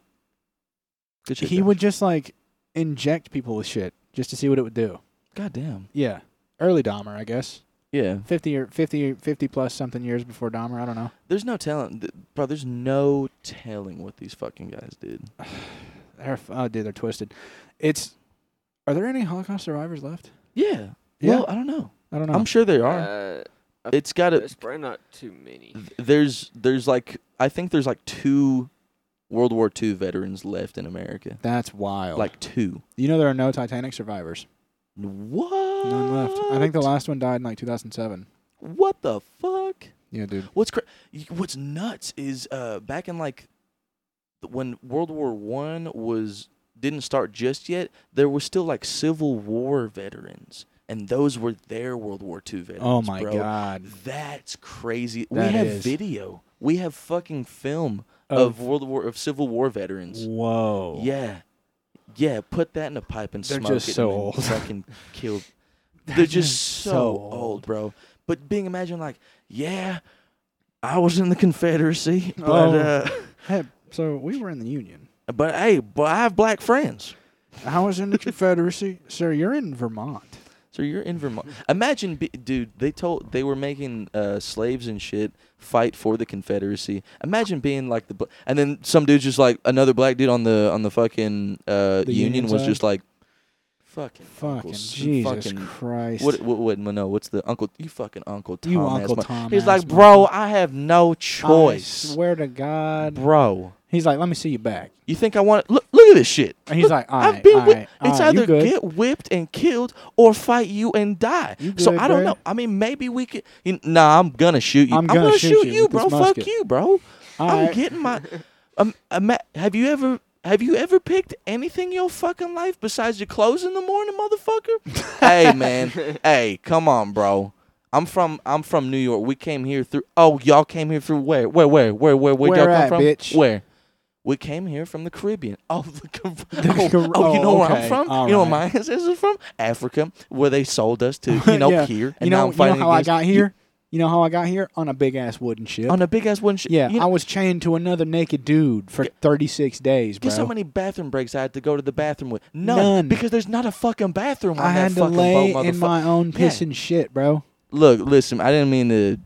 A: Good shit.
B: he
A: Josh.
B: would just like inject people with shit just to see what it would do.
A: God damn.
B: Yeah, early Dahmer, I guess.
A: Yeah.
B: 50 or 50 50 plus something years before Dahmer, I don't know.
A: There's no telling, th- bro. There's no telling what these fucking guys did.
B: They're f- oh dude, they're twisted. It's Are there any Holocaust survivors left?
A: Yeah. Well, I don't know.
B: I don't know.
A: I'm sure there are.
C: <laughs> Uh,
A: it's got to
C: it's probably not too many.
A: th- there's there's like I think there's like two World War II veterans left in America.
B: That's wild.
A: Like two.
B: you know there are no Titanic survivors.
A: What?
B: None left. I think the last one died in like 2007.
A: What the fuck?
B: Yeah, dude.
A: What's cra- y- What's nuts is uh back in like when World War One was didn't start just yet. There was still like Civil War veterans, and those were their World War II veterans.
B: Oh my
A: bro.
B: god.
A: That's crazy.
B: That
A: we have
B: is.
A: video. We have fucking film of World War of Civil War veterans.
B: Whoa.
A: Yeah. Yeah, put that in a pipe and
B: They're
A: smoke
B: just
A: it
B: so
A: and then
B: old.
A: fucking
B: <laughs>
A: kill. They're just
B: just
A: so,
B: so
A: old.
B: old.
A: bro. But being imagined like, yeah, I was in the Confederacy, but
B: Oh.
A: uh, <laughs>
B: Hey, So we were in the Union.
A: But hey, but I have black friends.
B: I was in the Confederacy. Sir, you're in Vermont.
A: So you're in Vermont. Imagine, be, dude. They told they were making uh, slaves and shit fight for the Confederacy. Imagine being like the bl- and then some dude's just like another black dude on the on the fucking uh,
B: The
A: union,
B: union
A: was
B: side?
A: just like, fucking
B: Fucking
A: Uncle S-
B: Jesus
A: fucking-
B: Christ.
A: What, what what no what's the uncle you fucking uncle Tom
B: You
A: ass
B: Uncle
A: mo-
B: Tom
A: He's
B: ass
A: like bro
B: monkey.
A: I have no
B: I
A: choice
B: swear to God.
A: bro
B: He's like, let me see you back.
A: you think I want look look at this shit
B: And he's like, all right,
A: I've been
B: all
A: whip-
B: right, all
A: It's
B: right, you
A: either
B: good.
A: get whipped and killed or fight you and die.
B: You
A: so
B: good,
A: I don't
B: bro?
A: know. I mean, maybe we could. You, nah, I'm gonna shoot you.
B: I'm gonna shoot you with
A: bro.
B: this
A: Fuck
B: musket.
A: you, bro.
B: All
A: I'm
B: right.
A: getting my. Um, um, have you ever? Have you ever picked anything in your fucking life besides your clothes in the morning, motherfucker?
B: <laughs>
A: hey man, hey, come on, bro. I'm from I'm from New York. We came here through. Oh, y'all came here through where? Where? Where? Where? Where? Where'd
B: Where
A: y'all come
B: at,
A: from?
B: bitch?
A: Where? We came here from the Caribbean. <laughs> Oh, the,
B: <laughs>
A: Car- oh,
B: Car-
A: oh, you
B: oh,
A: know where I'm
B: okay.
A: from?
B: All
A: you know where my
B: right.
A: ancestors are from? Africa, where they sold us
B: <laughs>
A: to, you know,
B: <laughs> Yeah.
A: here. And
B: You know,
A: now I'm fighting
B: you know how I
A: against
B: got
A: you-
B: here? You know how I got here? On a big ass wooden ship.
A: on a big ass wooden ship.
B: yeah,
A: you know,
B: I was chained to another naked dude for 36 days, bro.
A: guess how many bathroom breaks I had to go to the bathroom with? None,
B: None.
A: because there's not a fucking bathroom on
B: I
A: that
B: had to
A: fucking
B: lay
A: boat,
B: in
A: motherfucker.
B: my own
A: Yeah.
B: piss and shit, bro.
A: Look, listen, I didn't mean to,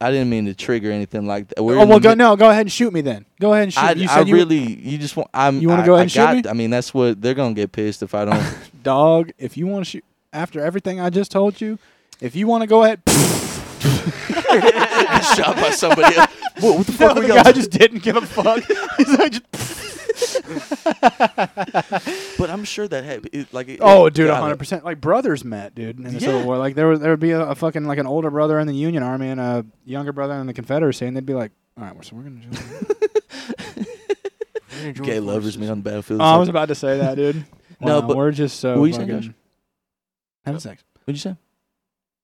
A: I didn't mean to trigger anything like that. We're
B: oh
A: in
B: well,
A: the
B: go
A: mid-
B: no, go ahead and shoot me then. Go ahead and shoot.
A: I,
B: you
A: I
B: said you
A: really, you just want. I'm,
B: You wanna
A: I-
B: go
A: I
B: ahead and shoot
A: got-
B: me?
A: I mean, that's what they're gonna get pissed if I
B: <laughs>
A: don't. <laughs>
B: dog. If you want to shoot after everything I just told you, if you want to go ahead,
A: <laughs>
B: <laughs>
A: shot by somebody
B: <laughs>
A: else. What, what the fuck? we
B: the
A: got?
B: guy just didn't give a
A: <laughs>
B: fuck. <laughs> He's like, just-
A: but I'm sure that had, it, like, it,
B: oh,
A: it
B: dude,
A: got it.
B: hundred percent. Like brothers met, dude, in the
A: Yeah.
B: Civil War. Like there was there would be a, a fucking like an older brother in the Union Army and a younger brother in the Confederacy, and they'd be like, all right, so we're gonna. join."
A: <laughs> Gay lovers meet on the battlefield.
B: <laughs> oh, I was about to say that, dude.
A: <laughs> No,
B: Wow,
A: but-
B: we're just so
A: What were you saying,
B: fucking-
A: Josh?
B: having sex.
A: What'd you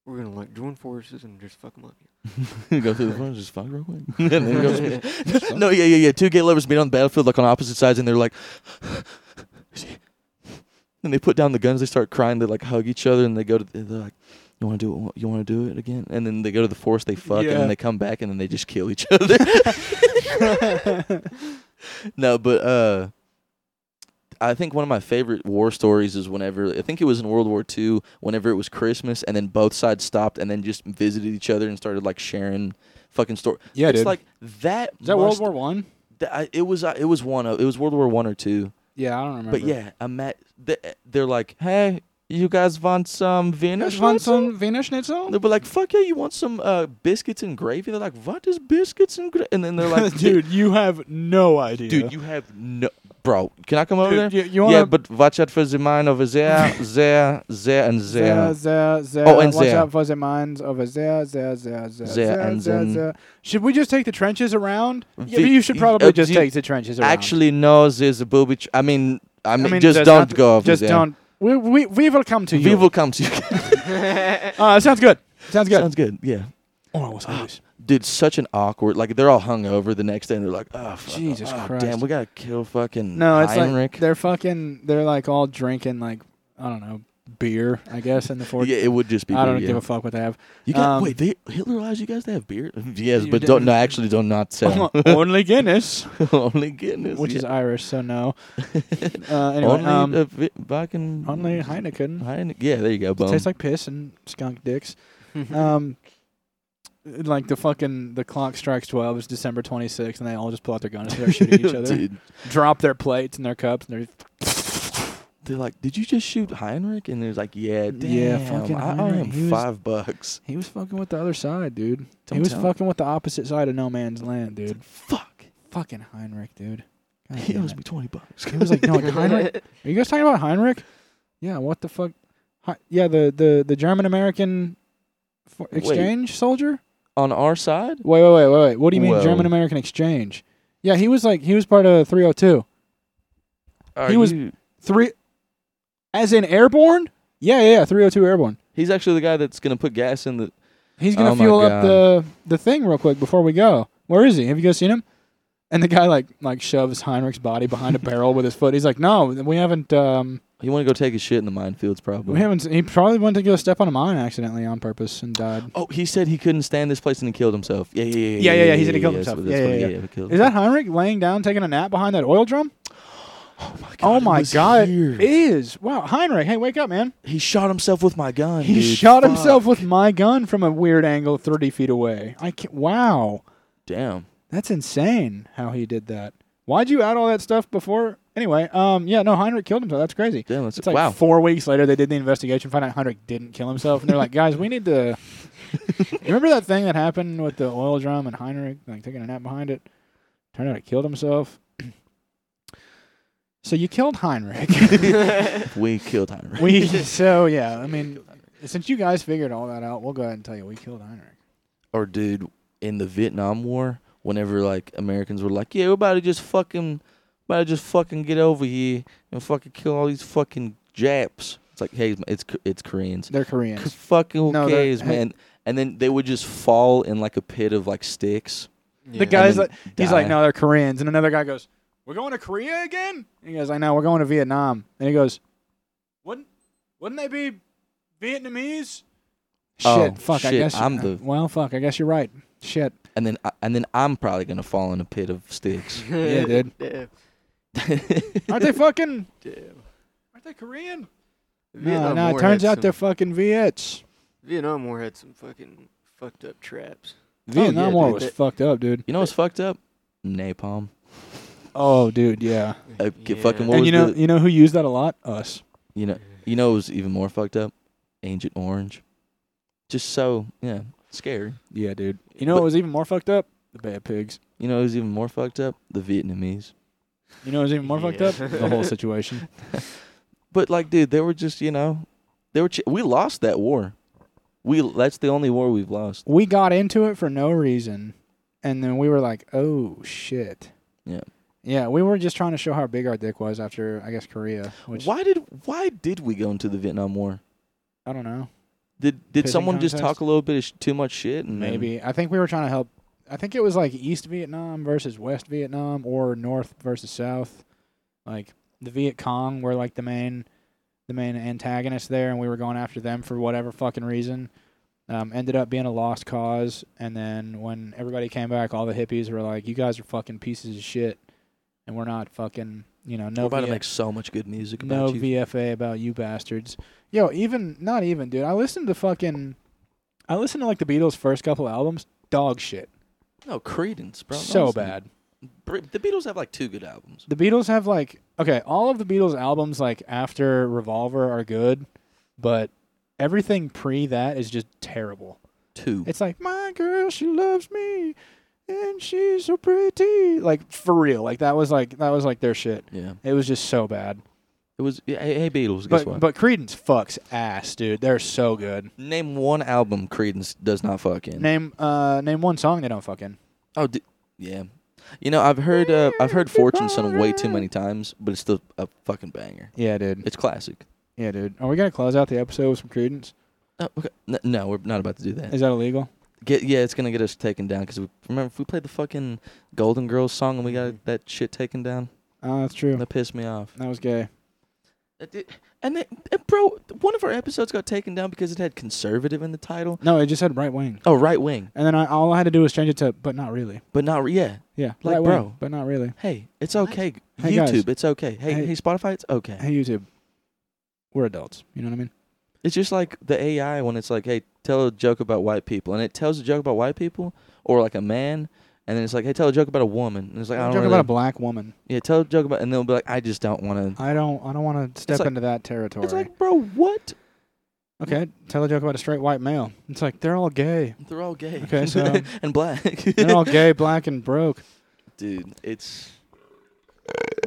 C: We're gonna like join forces and just fuck them up.
B: <laughs>
A: say? go through the phone, just fuck real quick. <laughs> And then go- no, yeah, yeah, yeah. Two gay lovers meet on the battlefield, like on opposite sides, and they're like, <sighs> and they put down the guns. They start crying. They like hug each other, and they go to. They're like, you want to do it? You want to do it again? And then they go to the forest. They fuck, and
B: Yeah.
A: then they come back, and then they just kill each
B: <laughs>
A: other. <laughs> no, but uh, I think one of my favorite war stories is whenever I think it was in World War II, whenever it was Christmas, and then both sides stopped and then just visited each other and started like sharing fucking story.
B: <laughs> Yeah,
A: it's
B: dude.
A: like that.
B: Is that
A: must-
B: World War One?
A: th- I- it was uh, it was one of it was World War One or two.
B: Yeah, I don't remember.
A: But yeah, I met th- they're like, hey, you guys want some Vienna
B: Just want
A: Schnitzel?"
B: some Wiener Schnitzel?
A: They were like, fuck yeah, you want some uh, biscuits and gravy? They're like, what is biscuits and gravy? And then they're like,
B: <laughs> dude, you have no idea.
A: dude, you have no, bro. Can I come over Oh, there?
B: Dude, you, you wanna,
A: yeah, but watch out for the mine over
B: <laughs>
A: there, there, there, and there.
B: Sehr, sehr, sehr.
A: Oh, and
B: Watch
A: sehr.
B: out for the mines over there, sehr, sehr, sehr,
A: Sehr
B: sehr,
A: and
B: sehr,
A: then-
B: sehr. Should we just take the trenches around?
A: The-
B: Yeah, but you should
A: y-
B: probably
A: uh,
B: just
A: you-
B: take the trenches around.
A: Actually, no, there's a booby. Tr- I mean, I mean,
B: there's
A: just don't
B: not-
A: go over
B: Just
A: there.
B: don't. We, we, we will come to you.
A: We will come to you.
B: Uh, sounds good. Sounds good.
A: Sounds Ah, good. Yeah.
B: oh, I was hungry.
A: Dude, such an awkward. Like they're all hungover the next day, and they're like, "Oh, fuck,
B: Jesus
A: oh,
B: Christ.
A: damn, we gotta kill fucking
B: No, it's
A: Heinrich."
B: like they're fucking. They're like all drinking like I don't know beer. I guess in the fort.
A: yeah, it would just be.
B: I don't
A: beer, yeah.
B: give a fuck what they have.
A: You got
B: um,
A: wait. They, Hitler allows you guys to have beer. <laughs> yes,
B: You
A: but
B: d-
A: don't. No, actually, don't not sell.
B: <laughs>
A: <laughs>
B: Only Guinness,
A: Only Guinness,
B: which is
A: yeah.
B: Irish,
A: <laughs>
B: so no. Uh, anyway,
A: only
B: um,
A: uh, vi- Bakken-
B: only Heineken.
A: Heine- Yeah, there you go. Boom.
B: tastes like piss and skunk dicks.
C: <laughs>
B: um, like the fucking the clock strikes twelve. It's December twenty sixth, and they all just pull out their guns and start shooting <laughs> each other.
A: <laughs> Dude,
B: Drop their plates and their cups and their
A: they're like, "Did you just shoot Heinrich?" And there's like, "Yeah, damn,
B: Yeah, fucking
A: I owe
B: Heinrich,
A: him
B: he was-
A: five bucks."
B: He was fucking with the other side, dude.
A: Don't
B: he was
A: tell.
B: fucking with the opposite side of no man's land, dude.
A: Fuck,
B: Fucking Heinrich, dude. Oh, God
A: he
B: damn
A: owes
B: it.
A: me twenty <laughs> bucks.
B: <laughs> He was like, <laughs> no, Heinrich.
C: <laughs>
B: Are you guys talking about Heinrich? Yeah. What the fuck? Hi- yeah, the the the German American for-
A: Wait.
B: exchange soldier.
A: On our side,
B: Wait, wait, wait, wait, wait. What do you mean
A: Whoa.
B: German American exchange? Yeah, he was like he was part of 302.
A: Are
B: He was-
A: you-
B: Three, as in airborne? Yeah, yeah, yeah. 302 airborne.
A: He's actually the guy that's gonna put gas in the.
B: He's gonna
A: Oh my
B: fuel up
A: God.
B: the the thing real quick before we go. Where is he? Have you guys seen him?
A: <laughs>
B: And the guy like like shoves Heinrich's body behind a barrel with his foot. He's like, no, we haven't. Um,
A: He want to go take a shit in the minefields, probably.
B: We haven't. He probably went to go step on a mine accidentally on purpose and died.
A: Oh, he said he couldn't stand this place and he killed himself. Yeah, yeah, yeah.
B: Yeah, yeah, yeah, he said he killed
A: that's
B: himself.
A: what-
B: Yeah,
A: that's what-
B: yeah, yeah.
A: he killed
B: Is that
A: himself.
B: Heinrich laying down taking a nap behind that oil drum? oh
A: it
B: my
A: was
B: god,
A: here.
B: it is. Wow, Heinrich, hey, wake up, man.
A: He shot himself with my gun.
B: He
A: dude.
B: shot himself
A: Fuck.
B: with my gun from a weird angle 30 feet away. I can't, wow.
A: Damn.
B: That's insane how he did that. Why'd you add all that stuff before? Anyway, um, yeah, no, Heinrich killed himself. That's crazy.
A: Damn, that's
B: It's like
A: wow.
B: four weeks later, they did the investigation, find out Heinrich didn't kill himself, and they're like, guys, we
A: <laughs>
B: need to. Remember that thing that happened with the oil drum and Heinrich like taking a nap behind it? Turned out he killed himself. <clears throat> so you killed Heinrich.
A: We killed Heinrich.
B: <laughs> we so yeah, I mean, since you guys figured all that out, we'll go ahead and tell you we killed Heinrich.
A: or dude, in the Vietnam War, whenever like Americans were like, "Yeah, we're about to just fucking, about to just fucking get over here and fucking kill all these fucking Japs." It's like, hey, it's it's Koreans.
B: They're Koreans.
A: Fucking who
B: No, they're-
A: cares,
B: hey.
A: man? And then they would just fall in like a pit of like sticks.
C: Yeah.
B: The guy's
A: then
B: like, he's like,
A: die.
B: no, they're Koreans. And another guy goes, we're going to Korea again? And he goes, I know, we're going to Vietnam. And he goes, wouldn't wouldn't they be Vietnamese?
A: Oh,
B: shit, fuck, I
A: shit,
B: guess uh,
A: I'm the-
B: well, fuck, I guess you're right. Shit,
A: And then I- and then I'm probably gonna fall in a pit of
C: <laughs>
A: sticks.
B: yeah, dude.
C: Damn.
B: <laughs> Aren't they fucking?
C: Damn.
B: Aren't they Korean? Oh, No,
C: Vietnam
B: no. It
C: War
B: turns
C: had
B: out
C: some-
B: they're fucking Viets.
C: Vietnam War had some fucking fucked up traps.
B: Vietnam
A: yeah,
B: War
A: dude,
B: was
A: that-
B: fucked up, dude.
A: <laughs> You know what's fucked up? Napalm.
B: Oh, dude, yeah.
A: Uh, get fucking What
B: and
A: was
B: you know,
A: the-
B: you know who used that a lot? Us.
A: You know, you know, it was even more fucked up. Ancient Orange. Just so yeah, scary.
B: Yeah, dude. You know
A: But-
B: what was even more fucked up? The bad pigs.
A: You know, it was even more fucked up. The Vietnamese.
B: You know what was even more fucked
C: Yeah.
B: up? The whole situation.
A: But like, dude, they were just you know, they were. Ch- we lost that war. We that's the only war we've lost.
B: <laughs> we got into it for no reason and then we were like oh shit
A: Yeah.
B: yeah we were just trying to show how big our dick was after i guess korea which
A: why did why did we go into the Vietnam War?
B: i don't know
A: Did did
B: Pissing
A: someone just
B: contest?
A: talk a little bit of sh- too much shit and then-
B: maybe i think we were trying to help i think it was like east vietnam versus west vietnam or north versus south like the viet cong were like the main the main antagonists there and we were going after them for whatever fucking reason um, ended up being a lost cause and then when everybody came back all the hippies were like you guys are fucking pieces of shit and we're not fucking you know no
A: we're about to
B: Viet-
A: make so much good music about
B: no
A: you.
B: VFA about you bastards. Yo, even not even, dude. I listened to fucking, I listened to like the Beatles' first couple albums. Dog shit,
A: no Credence, bro.
B: so
A: honestly.
B: bad.
A: Br- The Beatles have like two good albums.
B: The Beatles have like okay, all of the Beatles albums like after Revolver are good, but everything pre that is just terrible.
A: Two.
B: It's like my girl, she loves me, and she's so pretty. Like for real, like that was like that was like their shit.
A: yeah.
B: It was just so bad.
A: It was yeah, hey, hey Beatles. Guess
B: But
A: what?
B: but Credence fucks ass, dude. They're so good.
A: Name one album Credence does not fucking.
B: Name uh name one song they don't fucking.
A: Oh, d- yeah. You know, I've heard uh, I've heard Fortune sung way too many times, but it's still a fucking banger.
B: Yeah, dude.
A: It's classic.
B: Yeah, dude. Are we gonna close out the episode with some credence?
A: Oh, okay. N- no, we're not about to do that.
B: Is that illegal?
A: Get, yeah, it's gonna get us taken down because we remember if we played the fucking Golden Girls song and we
B: Mm-hmm.
A: got that shit taken down.
B: Oh, that's true.
A: That pissed me off.
B: That was gay.
A: That did- And then, and bro, one of our episodes got taken down because it had conservative in the title.
B: No, it just had right wing.
A: Oh, right wing,
B: And then I, all I had to do was change it to but not really.
A: but not re- yeah.
B: Yeah.
A: Like,
B: right
A: bro.
B: wing, but not really.
A: Hey, it's okay.
B: Hey, guys.
A: YouTube, it's okay. Hey,
B: Hey.
A: hey, Spotify, it's okay.
B: Hey YouTube. We're adults. You know what I mean?
A: It's just like the AI when it's like, hey, tell a joke about white people, and it tells a joke about white people or like a man, and then it's like, hey, tell a joke about a woman, and it's like, I
B: I'm
A: don't
B: talking
A: really,
B: about a black woman.
A: yeah, tell a joke about, and they'll be like, I just don't want to.
B: I don't I don't wanna step
A: like-
B: into that territory.
A: It's like, bro, what?
B: okay, tell a joke about a straight white male. It's like they're all gay.
A: They're all gay.
B: Okay, so-
A: <laughs> and black,
B: They're
A: <laughs>
B: all gay, black and broke.
A: dude. It's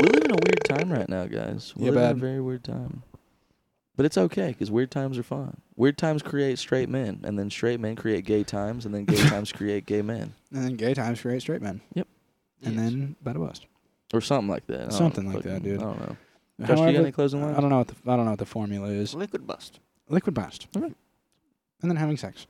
A: we live in a weird time right now, guys. We
B: Yeah,
A: live in
B: bad.
A: a very weird time, but it's okay because weird times are fun. Weird times create straight men, and then straight men create gay times, and then
B: <laughs>
A: gay times create gay men,
B: And then gay times create straight men.
A: Yep.
B: And
C: Yes.
B: then bada bust.
A: or something like that. I don't
B: Something like
A: fucking-
B: that, dude.
A: I don't know. Josh, you got
B: However-
A: any closing lines?
B: I don't know what the I don't know what the formula is.
C: Liquid bust.
B: Liquid bust.
A: Alright.
B: And then having sex.